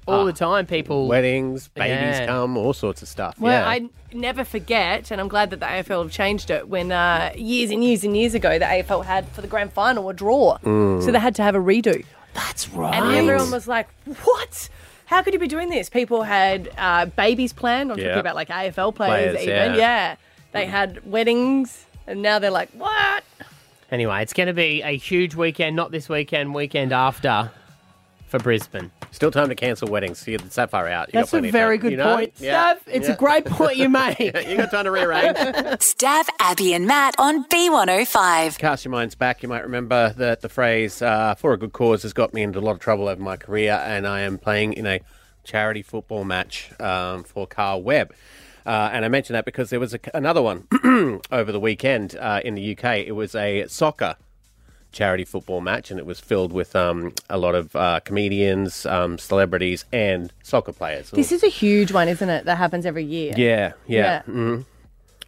Speaker 1: all
Speaker 3: Ah.
Speaker 1: the time people
Speaker 3: Weddings, babies
Speaker 1: Yeah.
Speaker 3: come, all sorts of stuff.
Speaker 2: Well,
Speaker 3: yeah.
Speaker 2: I never forget, and I'm glad that the AFL have changed it. When uh, years and years and years ago, the AFL had for the grand final a draw,
Speaker 1: Mm.
Speaker 2: so they had to have a redo.
Speaker 1: That's
Speaker 2: And everyone was like, "What? How could you be doing this?" People had uh, babies planned. I'm
Speaker 1: Yeah.
Speaker 2: talking about like AFL players,
Speaker 1: Players,
Speaker 2: even.
Speaker 1: yeah.
Speaker 2: Yeah, they had weddings, and now they're like, "What?"
Speaker 1: Anyway, it's going to be a huge weekend, not this weekend, weekend after for Brisbane.
Speaker 3: Still time to cancel weddings. See, it's that far out. You
Speaker 1: That's
Speaker 3: got
Speaker 1: a
Speaker 3: plenty of
Speaker 1: very
Speaker 3: time,
Speaker 1: good
Speaker 3: you know?
Speaker 1: point,
Speaker 3: Yeah.
Speaker 1: Steph. It's
Speaker 3: Yeah.
Speaker 1: a great point you make.
Speaker 3: you got time to rearrange.
Speaker 4: Stab Abby and Matt on B105.
Speaker 3: Cast your minds back. You might remember that the phrase uh, "for a good cause" has got me into a lot of trouble over my career, and I am playing in a charity football match um, for Carl Webb. Uh, and I mention that because there was a, another one over the weekend uh, in the UK. It was a soccer charity football match, and it was filled with um, a lot of uh, comedians, um, celebrities, and soccer players.
Speaker 2: This is a huge one, isn't it? That happens every year.
Speaker 3: Yeah,
Speaker 2: Yeah.
Speaker 3: yeah. mhm.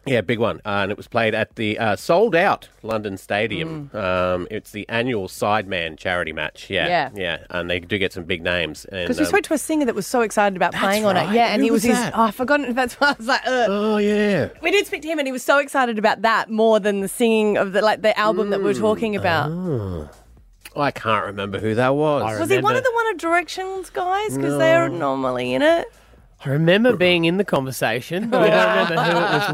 Speaker 3: Yeah, big one. Uh, and it was played at the uh, sold out London Stadium.
Speaker 2: Mm.
Speaker 3: Um, it's the annual Sideman charity match. Yeah.
Speaker 2: Yeah.
Speaker 3: And they do get some big names. And,
Speaker 2: Because we
Speaker 3: um,
Speaker 2: spoke to a singer that was so excited about playing on it.
Speaker 3: right.
Speaker 2: Yeah, and
Speaker 3: Who
Speaker 2: he was,
Speaker 3: was
Speaker 2: his.
Speaker 3: that?
Speaker 2: Oh, I forgot. That's why I was like, Ugh.
Speaker 3: oh, yeah.
Speaker 2: We did speak to him, and he was so excited about that more than the singing of the like the album that we
Speaker 1: Hmm.
Speaker 2: we're talking about.
Speaker 3: Oh. I can't remember who that was.
Speaker 2: Was he one of the One of Directions guys? Because
Speaker 1: No.
Speaker 2: they're normally in it.
Speaker 1: I remember being in the conversation, but I don't remember who it was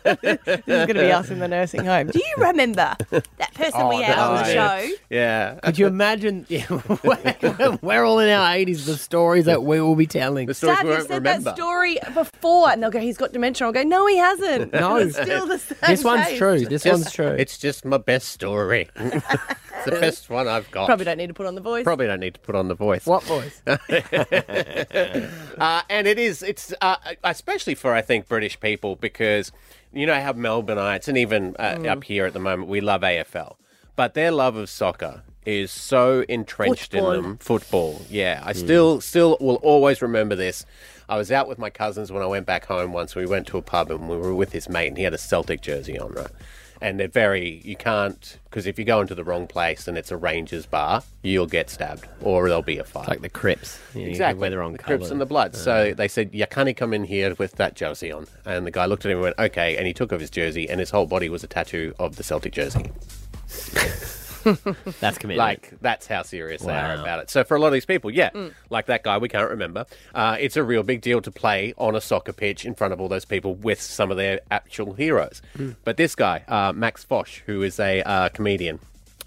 Speaker 1: with.
Speaker 2: this is going to be us in the nursing home. Do you remember that person
Speaker 1: Oh,
Speaker 2: we had on the
Speaker 1: no.
Speaker 2: show?
Speaker 3: Yeah.
Speaker 1: Could you imagine? Yeah, we're, we're all in our 80s, the stories that we will be telling. The
Speaker 2: Dad, you said that story before, and they'll go, "He's got dementia." I'll go, "No, he hasn't."
Speaker 1: No.
Speaker 2: it's still the same. face.
Speaker 1: This
Speaker 3: Just-
Speaker 1: one's true.
Speaker 3: It's just my best story. it's the best one I've got.
Speaker 2: Probably don't need to put on the voice.
Speaker 3: Probably don't need to put on the voice.
Speaker 1: What voice?
Speaker 3: uh, and it is, it's uh, especially for, I think, British people because you know how Melbourneites and even uh,
Speaker 1: Mm.
Speaker 3: up here at the moment, we love AFL, but their love of soccer is so entrenched
Speaker 1: Football.
Speaker 3: in them. Football. Yeah. I still, still will always remember this. I was out with my cousins when I went back home once. We went to a pub and we were with his mate, and he had a Celtic jersey on, right? And they're very, you can't, because if you go into the wrong place and it's a Rangers bar, you'll get stabbed or there'll be a fight.
Speaker 1: Like the Crips. You know, you
Speaker 3: exactly.
Speaker 1: wear the wrong
Speaker 3: Crips
Speaker 1: colour. Uh-huh.
Speaker 3: and the Bloods. so they said, you can't come in here with that jersey on. And the guy looked at him and went, okay. And he took off his jersey and his whole body was a tattoo of the Celtic jersey.
Speaker 1: That's commitment.
Speaker 3: Like that's how serious they
Speaker 1: Wow.
Speaker 3: are about it. So for a lot of these people, yeah,
Speaker 1: Mm.
Speaker 3: like that guy we can't remember, uh, it's a real big deal to play on a soccer pitch in front of all those people with some of their actual heroes.
Speaker 1: Mm.
Speaker 3: But this guy, uh, Max Fosh, who is a uh, comedian,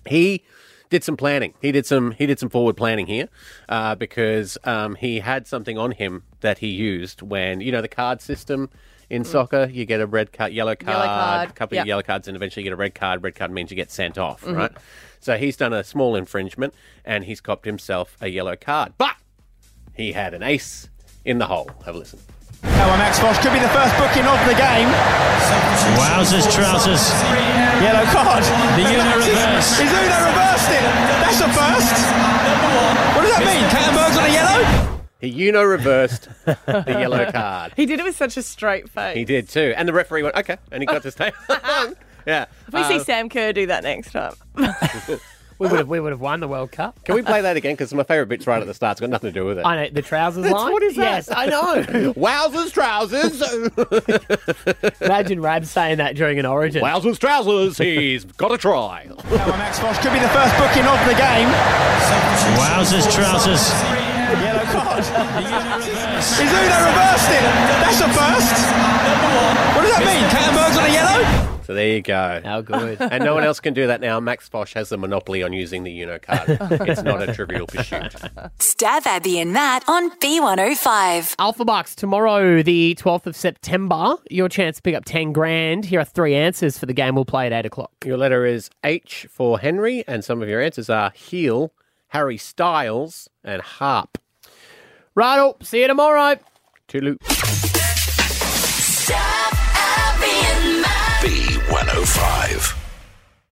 Speaker 3: he did some planning. He did some he did some forward planning here uh, because um, he had something on him that he used when you know the card system. In soccer, you get a red card, yellow card,
Speaker 1: card,
Speaker 3: a couple
Speaker 1: yep.
Speaker 3: of yellow cards, and eventually you get a red card. Red card means you get sent off,
Speaker 1: Mhm.
Speaker 3: right? So he's done a small infringement and he's copped himself a yellow card. But he had an ace in the hole. Have a listen.
Speaker 21: Well, Max Fosh could be the first booking of the game. Wowzers, trousers. Yellow card. The Una reverse. His Una reversed it. That's a first. What does that mean? Kattenberg's on a yellow?
Speaker 3: He Uno reversed the yellow card.
Speaker 2: He did it with such a straight face.
Speaker 3: He did too. And the referee went, okay. And he got to stay. yeah.
Speaker 2: If we
Speaker 3: Uh,
Speaker 2: see Sam Kerr do that next time.
Speaker 1: we would have we would have won the World Cup.
Speaker 3: Can we play that again? Because my favourite bit's right at the start. It's got nothing to do with it.
Speaker 1: I know the trousers
Speaker 3: That's-
Speaker 1: line.
Speaker 3: what is that?
Speaker 1: Yes, I know.
Speaker 3: Wowzers, trousers.
Speaker 1: Imagine Rab saying that during an origin.
Speaker 3: Wowzers, trousers. He's got a try.
Speaker 21: Well, Max Fosh could be the first booking of the game.
Speaker 22: Wowzers, trousers.
Speaker 21: Yellow card. His Una reversed it. That's a first. What does that mean? Kattenberg's on a yellow?
Speaker 3: So there you go.
Speaker 1: How good.
Speaker 3: and no one else can do that now. Max Fosh has the monopoly on using the Uno card. it's not a trivial pursuit.
Speaker 4: Stab Abby and Matt on B105.
Speaker 1: Alpha Bucks tomorrow, the 12th of September. Your chance to pick up 10 grand. Here are three answers for the game we'll play at 8 o'clock.
Speaker 3: Your letter is H for Henry, and some of your answers are heel, Harry Styles, and harp. oh,
Speaker 1: Righto, see you tomorrow.
Speaker 3: Toodaloo.
Speaker 4: Stab Abby and Matt.
Speaker 14: B105.